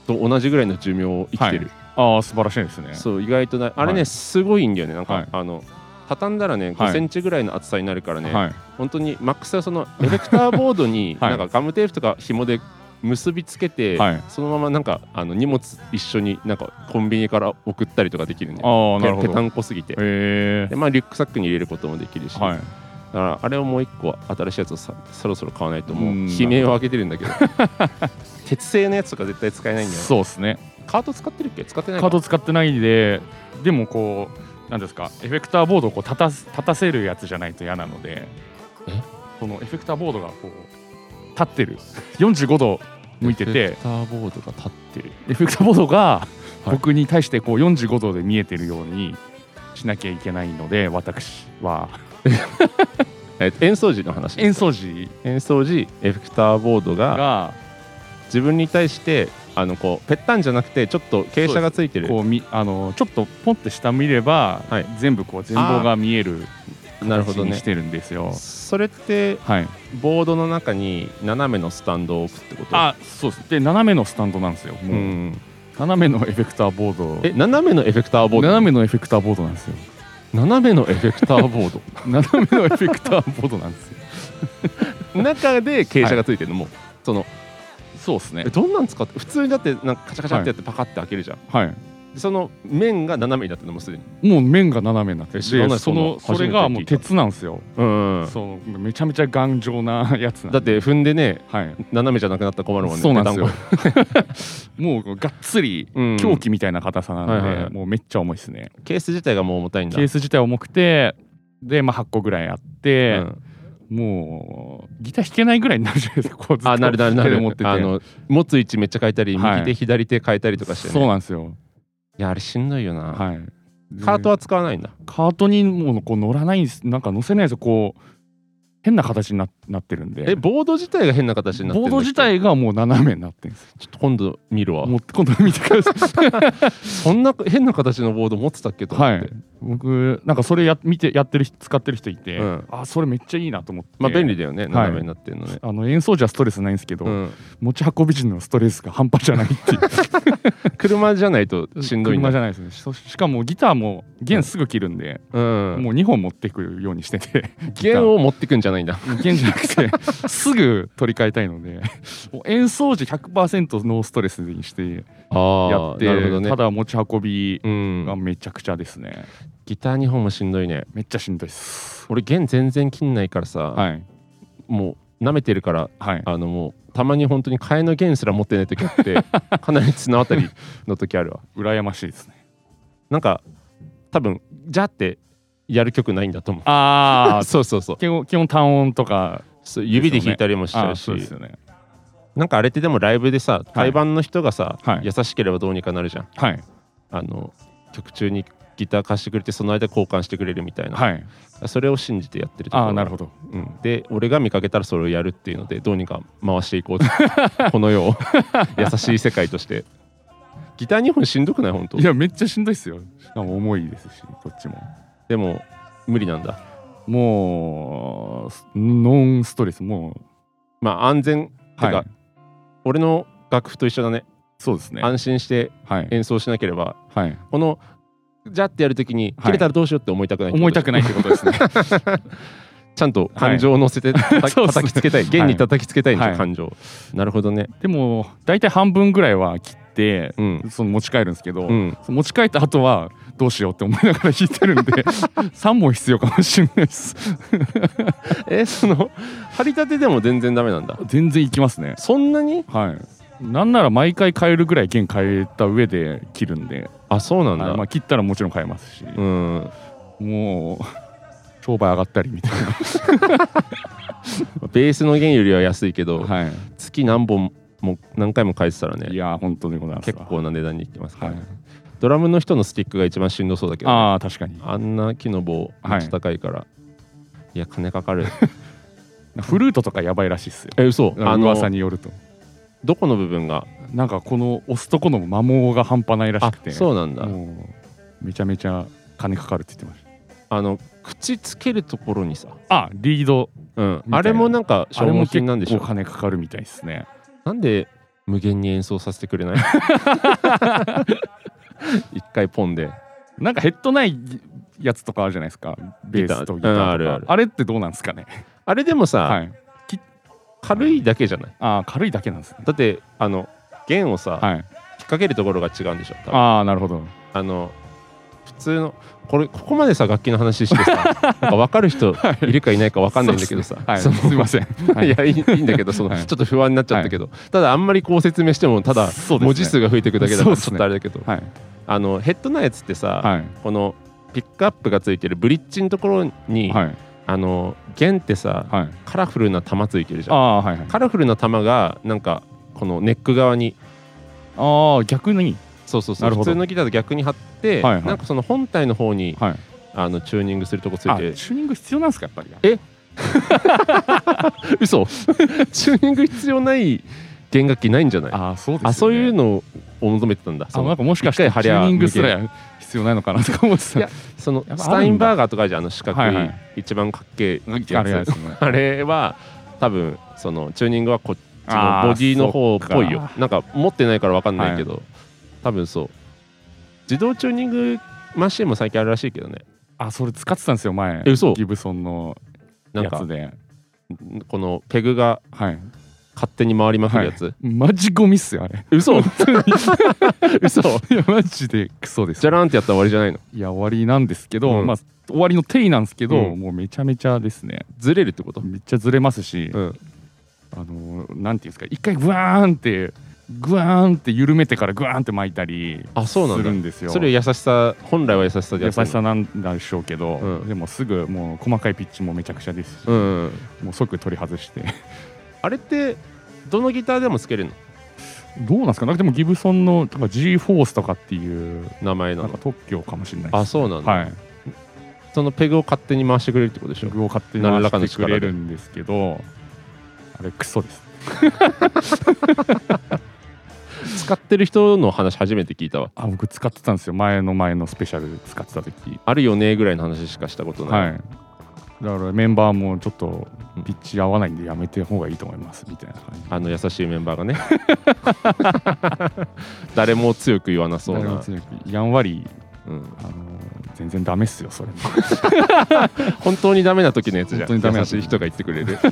Speaker 1: と同じぐらいの寿命を生きてる、
Speaker 2: ああ素晴らしいですね
Speaker 1: そう意外となあれね、
Speaker 2: はい
Speaker 1: すごいんだよねなんか、
Speaker 2: はい
Speaker 1: あの畳んだらね
Speaker 2: はい
Speaker 1: 5センチぐらいの厚さになるからね、
Speaker 2: はい
Speaker 1: 本当にマックスはそのエレクターボードに
Speaker 2: [laughs] はい
Speaker 1: なんかガムテープとか紐で結びつけて、
Speaker 2: はい
Speaker 1: そのままなんかあの荷物一緒になんかコンビニから送ったりとかできるね
Speaker 2: ああな
Speaker 1: ペ
Speaker 2: るほ
Speaker 1: ペタ
Speaker 2: どへ
Speaker 1: ンコすぎて、
Speaker 2: え
Speaker 1: でまあ、リュックサックに入れることもできるし、
Speaker 2: はい
Speaker 1: だからあれをもう一個新しいやつをさそろそろ買わないとも
Speaker 2: うん
Speaker 1: う悲鳴を上げてるん
Speaker 2: [laughs]
Speaker 1: だけど鉄製のやつとか絶対使えないんだよ
Speaker 2: そうですね
Speaker 1: カート使ってるっけ使ってない
Speaker 2: カ
Speaker 1: か
Speaker 2: ード使ってないででもこうなんですかエフェクターボードをこう立たす立たせるやつじゃないと嫌なので
Speaker 1: え
Speaker 2: このエフェクターボードがこう立ってる45度向いて
Speaker 1: エフ
Speaker 2: て
Speaker 1: ェクターボードが立ってる
Speaker 2: エフェクターボードが
Speaker 1: い
Speaker 2: 僕に対してこう45度で見えてるようにしなきゃいけないので私は
Speaker 1: えっと演奏時の話
Speaker 2: 演奏時
Speaker 1: 演奏時エフェクターボードが
Speaker 2: が
Speaker 1: 自分に対してあのこうぺったんじゃなくてちょっと傾斜がついてる
Speaker 2: こうみあのちょっとポンって下見れば、
Speaker 1: はい
Speaker 2: 全部こう全貌が見える
Speaker 1: なるほ
Speaker 2: 形
Speaker 1: ど
Speaker 2: に
Speaker 1: ね
Speaker 2: してるんですよ。
Speaker 1: それって
Speaker 2: はい、
Speaker 1: ボードの中に斜めのスタンドを置くってこと
Speaker 2: あそうですで斜めのスタンドなんですよ。
Speaker 1: う
Speaker 2: もう、
Speaker 1: ん
Speaker 2: 斜めのエフェクターボード
Speaker 1: え斜めのエフェクターボード
Speaker 2: 斜めのエフェクターボードなんですよ
Speaker 1: 斜めのエフェクターボード
Speaker 2: 斜めのエフェクターボードなんですよ
Speaker 1: [laughs] 中で傾斜がついてるの、もうその
Speaker 2: [laughs] そうですね
Speaker 1: えどんなん使って普通にだってなんかカチャカチャってやってパカって開けるじゃん、
Speaker 2: はい
Speaker 1: でその面が斜めになってるのもうすでに
Speaker 2: もう面が斜めになって
Speaker 1: え知ら
Speaker 2: て
Speaker 1: ない
Speaker 2: その
Speaker 1: そん
Speaker 2: そ
Speaker 1: な
Speaker 2: れがも
Speaker 1: 初め
Speaker 2: う
Speaker 1: て聞いた
Speaker 2: 鉄なんですよ、
Speaker 1: うん
Speaker 2: そのめちゃめちゃ頑丈なやつなん
Speaker 1: だって踏んでね
Speaker 2: はい
Speaker 1: 斜めじゃなくなったら困るもんね
Speaker 2: そうなんですよ
Speaker 1: ペ
Speaker 2: [laughs] もうがっつり
Speaker 1: タンコうん
Speaker 2: 凶器みたいな硬さなので、
Speaker 1: はいはいはい
Speaker 2: もうめっちゃ重いですね
Speaker 1: ケース自体がもう重たいんだ
Speaker 2: ケース自体重くてで、まあ、8個ぐらいあって
Speaker 1: う、ん
Speaker 2: もうギター弾けないぐらいになるじゃないですかこうずっと
Speaker 1: あなるなるな
Speaker 2: 手で
Speaker 1: る
Speaker 2: 持ってて
Speaker 1: あの持つ位置めっちゃ変えたり
Speaker 2: はい
Speaker 1: 右手左手変えたりとかして、ね
Speaker 2: そう
Speaker 1: い
Speaker 2: なんですよ
Speaker 1: やあれしんどいよな、
Speaker 2: はい
Speaker 1: カートは使わないんだ
Speaker 2: カートにもうこう乗らないんですなんか乗せないんですよこう変な形にななってるんで
Speaker 1: えボード自体が変な形になってる
Speaker 2: ボード自
Speaker 1: ちょ
Speaker 2: 体がもう斜めになってるんです
Speaker 1: っと今度見るわ
Speaker 2: もう今度見てください
Speaker 1: そんな変な形のボード持ってたっ [laughs] けと思
Speaker 2: は
Speaker 1: っ
Speaker 2: い
Speaker 1: て、
Speaker 2: 僕なんかそれや見てやってる人使ってる人いて、
Speaker 1: うん
Speaker 2: あそれめっちゃいいなと思って
Speaker 1: まあ便利だよね
Speaker 2: い
Speaker 1: 斜めになってるのね、
Speaker 2: あの演奏じゃストレスないんですけど、
Speaker 1: うん、
Speaker 2: 持ち運び時のストレスが半端じゃないっていう
Speaker 1: 車じゃないと [laughs] しんどいんだ
Speaker 2: 車じゃないですねそしかもギターも弦すぐ切るんで、
Speaker 1: うん
Speaker 2: もう2本持ってくるようにしてて
Speaker 1: 弦を持ってくんじゃないんだ
Speaker 2: 弦じゃなくて
Speaker 1: [laughs]
Speaker 2: すぐ取り替えたいのでもう演奏時100%ノーストレスにしてや
Speaker 1: ああ
Speaker 2: っ
Speaker 1: なるほど
Speaker 2: て、
Speaker 1: ね
Speaker 2: ただ持ち運び
Speaker 1: うん
Speaker 2: がめちゃくちゃですね
Speaker 1: ギター2本もしんどいね
Speaker 2: めっちゃしんどいです
Speaker 1: 俺弦全然切んないからさ、
Speaker 2: はい
Speaker 1: もう舐めてるから
Speaker 2: はい
Speaker 1: あのもうたまに本当に替えの弦すら持ってない時あって
Speaker 2: [laughs]
Speaker 1: かなり綱渡りの時あるわ
Speaker 2: 羨ましいですね
Speaker 1: なんか多分じゃあってやる曲ないんだと思う
Speaker 2: あ
Speaker 1: [laughs] そうそうそう
Speaker 2: 基本基本単音とか
Speaker 1: そう指で弾いたりもしちゃ
Speaker 2: あ
Speaker 1: う
Speaker 2: ー
Speaker 1: し
Speaker 2: そうですよね
Speaker 1: なんかあれってでもライブでさ対バンの人がさ、
Speaker 2: はい
Speaker 1: 優しければどうにかなるじゃん
Speaker 2: はい
Speaker 1: あの曲中にギター貸してくれてその間交換してくれるみたいな、
Speaker 2: はい
Speaker 1: それを信じてやってるところ
Speaker 2: ああなるほど
Speaker 1: うん、で俺が見かけたらそれをやるっていうのでどうにか回していこう
Speaker 2: [laughs]
Speaker 1: とこの世を優しい世界としてギター2本しんどくない本当
Speaker 2: いやめっちゃしんどいっすよしかも重いですしこっちも
Speaker 1: でも無理なんだ
Speaker 2: もうノンストレスも
Speaker 1: まあ安全
Speaker 2: うはい
Speaker 1: てか俺の楽譜と一緒だね
Speaker 2: そうですね
Speaker 1: 安心して
Speaker 2: はい
Speaker 1: 演奏しなければ
Speaker 2: はい
Speaker 1: このジャってやるときに
Speaker 2: はい
Speaker 1: 切れたらどうしようって思いたくない、
Speaker 2: 思いたくないってこ
Speaker 1: [laughs]
Speaker 2: とですね
Speaker 1: ちゃんと感情を乗せて叩き,、
Speaker 2: [laughs] そうっすね
Speaker 1: つけたい弦に叩きつけたいんですよ、
Speaker 2: はい
Speaker 1: 感情なるほどね
Speaker 2: でも大体半分ぐらいは切って
Speaker 1: うん
Speaker 2: その持ち帰るんですけど、
Speaker 1: うん
Speaker 2: その持ち帰った後はどうしようって思いながら弾いてるんで3
Speaker 1: [laughs]
Speaker 2: 本必要かもしれないです
Speaker 1: えその張り立てでも全然ダメなんだ
Speaker 2: 全然いきますね
Speaker 1: そんなに
Speaker 2: はいなんなら毎回変えるぐらい弦変えた上で切るんで、
Speaker 1: あそうなんだ、
Speaker 2: はいまあ、切ったらもちろん変えますし、
Speaker 1: うん
Speaker 2: もう商売上がったりみたい
Speaker 1: ベースの弦よりは安いけど、
Speaker 2: な、はい、
Speaker 1: 月何本も何回も返ってたら
Speaker 2: い
Speaker 1: ね
Speaker 2: やー本当でございます
Speaker 1: 結
Speaker 2: わ
Speaker 1: 構な値段にいってますか
Speaker 2: は
Speaker 1: ら、
Speaker 2: い、
Speaker 1: ドラムの人のスティックが一番しんどそうだけどあ
Speaker 2: ああ確かに
Speaker 1: んな木の棒めっちゃ高いから、い、や金かかる [laughs]
Speaker 2: フルートとかやばいらしいっすよ
Speaker 1: え嘘
Speaker 2: 噂によると
Speaker 1: どこの部分が
Speaker 2: なんかこの押すとこの摩耗が半端ないらし
Speaker 1: あ
Speaker 2: くて
Speaker 1: そうなんだ
Speaker 2: もうめちゃめちゃ金かかるって言ってました
Speaker 1: あの口つけるところにさ、
Speaker 2: あリード
Speaker 1: うん、
Speaker 2: みたいな
Speaker 1: あれもなんか
Speaker 2: あ
Speaker 1: 消
Speaker 2: れ
Speaker 1: 耗
Speaker 2: も結
Speaker 1: 品なんでしょ
Speaker 2: 構金かかるみたいですね
Speaker 1: なんで無限に演奏させてく
Speaker 2: [laughs]
Speaker 1: れない一回ポンで
Speaker 2: なんかヘッドないやつとかあるじゃないですかベースとギターとか
Speaker 1: ギターうんあるある
Speaker 2: あれってどうなんですかね
Speaker 1: あれでもさ、
Speaker 2: はい
Speaker 1: 軽いだけじゃない
Speaker 2: あー軽いだけなんですね
Speaker 1: だってあの弦をさ、
Speaker 2: はい
Speaker 1: 引っ掛けるところが違うんでしょ多分あ
Speaker 2: ああなるほど
Speaker 1: の普通のこれここまでさ楽器の話して
Speaker 2: [laughs]
Speaker 1: さなんか分かる人 [laughs] いるかいないか分かんないんだけどさ、
Speaker 2: はい、
Speaker 1: そ
Speaker 2: す
Speaker 1: の
Speaker 2: み
Speaker 1: [laughs]
Speaker 2: ません。はい
Speaker 1: いやいいいいんだけどその、
Speaker 2: はい
Speaker 1: ちょっと不安になっちゃったけど、ただあんまりこう説明してもただ
Speaker 2: そうですね
Speaker 1: 文字数が増えていくだけだからち
Speaker 2: そ
Speaker 1: ょ
Speaker 2: う
Speaker 1: っ
Speaker 2: ですね
Speaker 1: とあれだけど、
Speaker 2: はい。
Speaker 1: あのヘッドのやつってさ、
Speaker 2: はい。
Speaker 1: このピックアップがついてるブリッジのところに、
Speaker 2: はい。
Speaker 1: あの弦ってさ、
Speaker 2: はい。
Speaker 1: カラフルな玉ついてるじ
Speaker 2: あ
Speaker 1: ゃん
Speaker 2: あ、はいはい。
Speaker 1: カラフルな玉がなんかこのネック側に
Speaker 2: ああ、逆に。
Speaker 1: そうそうそ
Speaker 2: な
Speaker 1: う
Speaker 2: る
Speaker 1: 普
Speaker 2: ほど
Speaker 1: 通のギターと逆に貼って、
Speaker 2: はいはい
Speaker 1: なんかその本体の方に
Speaker 2: はい。
Speaker 1: あのチューニングするとこつい
Speaker 2: あ、チ
Speaker 1: て
Speaker 2: ューニング必要なんですか、やっぱり。
Speaker 1: 嘘 [laughs] チューニング必要ない弦楽器ないんじゃないあ,、
Speaker 2: ああ、そうです、
Speaker 1: そういう。のを望めてたんだ
Speaker 2: あ、
Speaker 1: そ
Speaker 2: なん
Speaker 1: の
Speaker 2: かもしかし
Speaker 1: 一
Speaker 2: て、
Speaker 1: 回
Speaker 2: チュ
Speaker 1: 張りゃ
Speaker 2: ーニングすら必要ないのかなとか思ってた。
Speaker 1: いやその
Speaker 2: やっぱあるんだ
Speaker 1: スタインバーガーとかあるじゃんあの四角い、
Speaker 2: はいはい
Speaker 1: 一番かっけえ [laughs]
Speaker 2: あれ
Speaker 1: や
Speaker 2: で
Speaker 1: つ
Speaker 2: すね。
Speaker 1: あれは多分そのチューニングはこっち
Speaker 2: あ
Speaker 1: のボディの方っぽい
Speaker 2: そっ
Speaker 1: よ
Speaker 2: か
Speaker 1: なんか持ってないから分かんないけど、多分そう自動チューニングマシンも最近あるらしいけどね
Speaker 2: あ、それ使ってたんですよ、前。
Speaker 1: え嘘
Speaker 2: ギブソンの
Speaker 1: なん
Speaker 2: や
Speaker 1: か
Speaker 2: つで。
Speaker 1: このペグが
Speaker 2: はい。
Speaker 1: 勝手に回りまくるやつ、
Speaker 2: マジゴミっすよ、あれ。
Speaker 1: 嘘嘘
Speaker 2: いや、マジでクソです
Speaker 1: じゃ。らんってやったら終わりじゃないの
Speaker 2: いや、終わりなんですけど、
Speaker 1: うん
Speaker 2: まあ、終わりの定位なんですけど、
Speaker 1: うん
Speaker 2: もうめちゃめちゃですね。
Speaker 1: ずれるってこと
Speaker 2: めっちゃずれますし。
Speaker 1: うん
Speaker 2: あのーなんていうんですか一回グワーンってグワーンって緩めてからグワーンって巻いたり
Speaker 1: あ
Speaker 2: す
Speaker 1: そうなんだ
Speaker 2: るんですよ。
Speaker 1: それ優しさ本来は優しさでや
Speaker 2: 優
Speaker 1: ってん
Speaker 2: し
Speaker 1: の
Speaker 2: さなんでしょうけど、
Speaker 1: うん
Speaker 2: でもすぐもう細かいピッチもめちゃくちゃですし、
Speaker 1: うんうんうん
Speaker 2: もう即取り外して [laughs]
Speaker 1: あれってどのギターでもつけるの
Speaker 2: どうなんですかなんかでもギブソンのとか G フォースとかっていう
Speaker 1: 名前な
Speaker 2: なん
Speaker 1: の
Speaker 2: か特許かもしれない
Speaker 1: あそうなんだ、
Speaker 2: はい
Speaker 1: そのペグを勝手に回してくれるってことでしょ
Speaker 2: 曲を勝手に
Speaker 1: 何らかの
Speaker 2: 回してく
Speaker 1: 力で
Speaker 2: れるんですけどあれクソです
Speaker 1: 使ってる人の話初めて聞いたわ
Speaker 2: あ僕使ってたんですよ前の前のスペシャル使ってた時
Speaker 1: あるよねぐらいの話しかしたことない、
Speaker 2: はい。だからメンバーもちょっとピッチ合わないんでやめてほうがいいと思いますみたいな感じ。
Speaker 1: あの優しいメンバーがね [laughs] 誰も強く言わなそう
Speaker 2: だから
Speaker 1: な、
Speaker 2: 強くやんわり、
Speaker 1: うん、
Speaker 2: あの全然ダメっすよそれ
Speaker 1: [laughs]
Speaker 2: も。
Speaker 1: 本当にダメな時のやつじゃん
Speaker 2: 本当にダメな
Speaker 1: 優
Speaker 2: 時
Speaker 1: しい人が言ってくれる [laughs]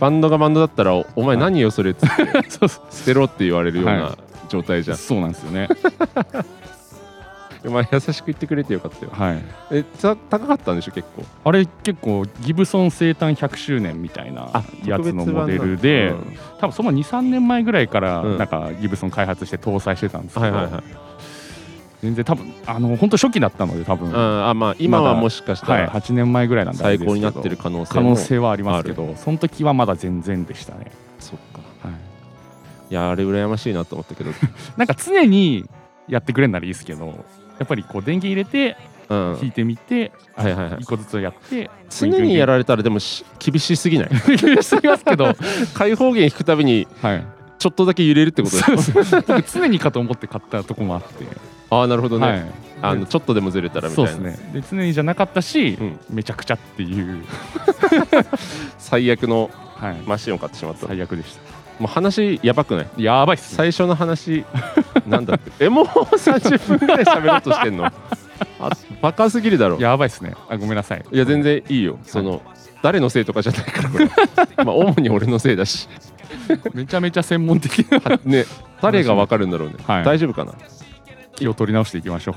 Speaker 1: バンドがバンドだったらおお前何よそれっつって
Speaker 2: そうそ
Speaker 1: 捨てろって言われるような
Speaker 2: は
Speaker 1: 状態じゃ
Speaker 2: う。
Speaker 1: ん、
Speaker 2: そうなんですよ
Speaker 1: [laughs]
Speaker 2: ね。
Speaker 1: まあ優しく言ってくれてよかったよ
Speaker 2: はい。
Speaker 1: えた高かったんでしょ結構
Speaker 2: あれ結構ギブソン生誕100周年みたいなやつのモデルで、
Speaker 1: 特別版
Speaker 2: 多分その23年前ぐらいから
Speaker 1: うん
Speaker 2: なんかギブソン開発して搭載してたんですけど、
Speaker 1: なのはいはいはい、
Speaker 2: 全然多分あの本当初期だったので多分、
Speaker 1: うん、あまあ今はもしかした
Speaker 2: はい
Speaker 1: ら
Speaker 2: 8年前ぐらいなんであれ
Speaker 1: 最
Speaker 2: です
Speaker 1: 高
Speaker 2: けど
Speaker 1: になってる可能性
Speaker 2: 可
Speaker 1: も
Speaker 2: 能性はありますけどその時はまだ全然でしたね。
Speaker 1: そっか
Speaker 2: はい
Speaker 1: いやあれ羨ましいなと思った [laughs] けど、
Speaker 2: なんか常にやってくれるならいいですけど、やっぱりこう電源入れて
Speaker 1: うん
Speaker 2: 弾いてみて、
Speaker 1: うんはいはいはい
Speaker 2: 一個ずつやって、 [laughs]
Speaker 1: 常にやられたらでもし厳しすぎ [laughs] ない
Speaker 2: れてますけど、はい。
Speaker 1: 開放弦弾くたびにちょっとだけ揺れるってことで
Speaker 2: そうそう僕常にかと思って買ったとこもあって、
Speaker 1: ああなるほどね、
Speaker 2: はい。
Speaker 1: あのちょっとでもずれたらみた
Speaker 2: そ
Speaker 1: いうな
Speaker 2: ですね。で常にじゃなかったし、
Speaker 1: うん
Speaker 2: めちゃくちゃっていう、
Speaker 1: 最悪の
Speaker 2: はい。
Speaker 1: マシンを買ってしまったも
Speaker 2: 最悪でし
Speaker 1: う話やばくない
Speaker 2: た。やばいっすね。
Speaker 1: 最初の話なんだってえ [laughs] もう30分ぐらい喋ろうとしてんのあバカすぎるだろいや
Speaker 2: やばいっすね。あごめんなさい。
Speaker 1: 全然いいよその、誰のせいとかじゃないからこれ [laughs] まあ主に俺のせいだし
Speaker 2: めちゃめちゃ専門的な
Speaker 1: ね誰がわかるんだろうね、
Speaker 2: はい
Speaker 1: 大丈夫かな
Speaker 2: 気を取り直していきましょ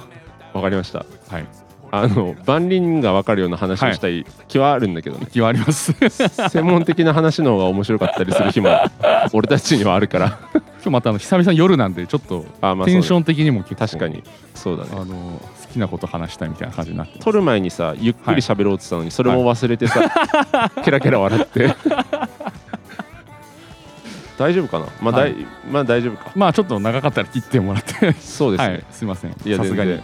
Speaker 1: わかりました
Speaker 2: う。はい。
Speaker 1: あの万輪がわかるような話をしたい気はあるんだけど [laughs] ね、
Speaker 2: 気はあります。今
Speaker 1: 専門的な話の方が面白かったりする日も俺たちにはあるから
Speaker 2: 日またあの久々に夜なんでちょっと
Speaker 1: あまあ
Speaker 2: テンシ
Speaker 1: そう
Speaker 2: ョン的にも結構
Speaker 1: だ確かにそうだね
Speaker 2: あの好きなこと話したいみたいな感じになって
Speaker 1: 撮る前にさゆっくり喋ろうって言ったのにそれも忘れて
Speaker 2: [laughs]
Speaker 1: さ、ケラケラ笑って大丈夫かなまあ、だいまあ大丈夫か
Speaker 2: まあちょっと長かったら切ってもらって
Speaker 1: そうですね、
Speaker 2: はいすいませんさ
Speaker 1: いや
Speaker 2: すが
Speaker 1: 全然
Speaker 2: に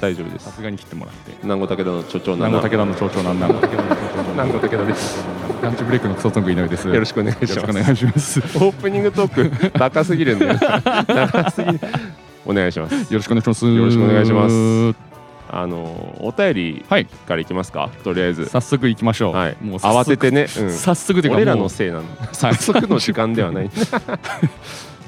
Speaker 1: 大丈夫で
Speaker 2: さ
Speaker 1: す
Speaker 2: すがに切ってもらって
Speaker 1: 南後武田の町長な
Speaker 2: 南
Speaker 1: ん
Speaker 2: 郷
Speaker 1: だ
Speaker 2: 武田の町長なんだ南郷武田の町長なんだ
Speaker 1: 南郷武田です
Speaker 2: ランチブレイクのクソソング稲上です。
Speaker 1: よろしくお願いし
Speaker 2: よ
Speaker 1: ま
Speaker 2: ろく
Speaker 1: す
Speaker 2: お願いします。よ
Speaker 1: オープニングトー
Speaker 2: [laughs]
Speaker 1: クバカすぎるんだよ長すぎるお願いします
Speaker 2: ろしくお願いします。
Speaker 1: よろしくお願いします。あのお便り
Speaker 2: はい、
Speaker 1: からいきますかとりあえず
Speaker 2: 早速行きましょう。
Speaker 1: はい
Speaker 2: もう
Speaker 1: 慌ててね、
Speaker 2: 早
Speaker 1: う
Speaker 2: 速。
Speaker 1: ん
Speaker 2: 早速というか
Speaker 1: 俺ら
Speaker 2: も
Speaker 1: の
Speaker 2: う
Speaker 1: せいなの早速の時間で
Speaker 2: [laughs]
Speaker 1: はない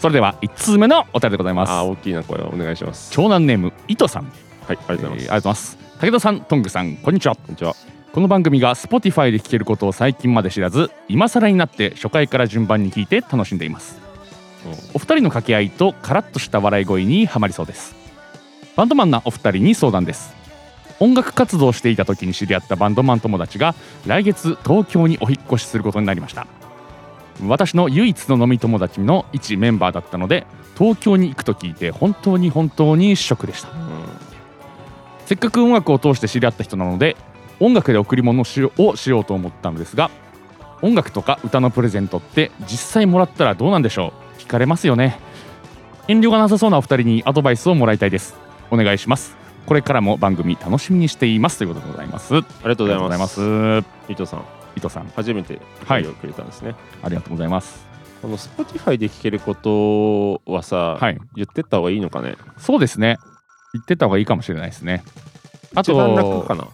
Speaker 2: それでは一通目のお便りでございます
Speaker 1: あ。大きな声をお願いします
Speaker 2: 長男ネーム伊藤さん、
Speaker 1: はいありがとうござい
Speaker 2: えーありがとう
Speaker 1: ます、
Speaker 2: ございます武田さんトングさんこんにちは
Speaker 1: こんにちは
Speaker 2: この番組が Spotify で聴けることを最近まで知らず今更になって初回から順番に聞いて楽しんでいますお二人の掛け合いとカラッとした笑い声にはまりそうですバンドマンなお二人に相談です音楽活動をしていた時に知り合ったバンドマン友達が来月東京にお引っ越しすることになりました私の唯一の飲み友達の一メンバーだったので東京に行くと聞いて本当に本当にショックでしたせっかく音楽を通して知り合った人なので音楽で贈り物をしようをしようと思ったのですが音楽とか歌のプレゼントって実際もらったらどうなんでしょう聞かれますよね遠慮がなさそうなお二人にアドバイスをもらいたいですお願いしますこれからも番組楽しみにしていますということでございますあり
Speaker 1: ありがとうございます
Speaker 2: ます
Speaker 1: 伊藤さん
Speaker 2: 伊藤さん
Speaker 1: 初めてお
Speaker 2: はい
Speaker 1: 便りをくれたんですね、
Speaker 2: ありがとうございます
Speaker 1: この Spotify で聞けることはさ、
Speaker 2: はい
Speaker 1: 言ってった方がいいのかね
Speaker 2: そうですね言ってた方がいいかもしれないですねあ
Speaker 1: 一番楽か
Speaker 2: と
Speaker 1: な、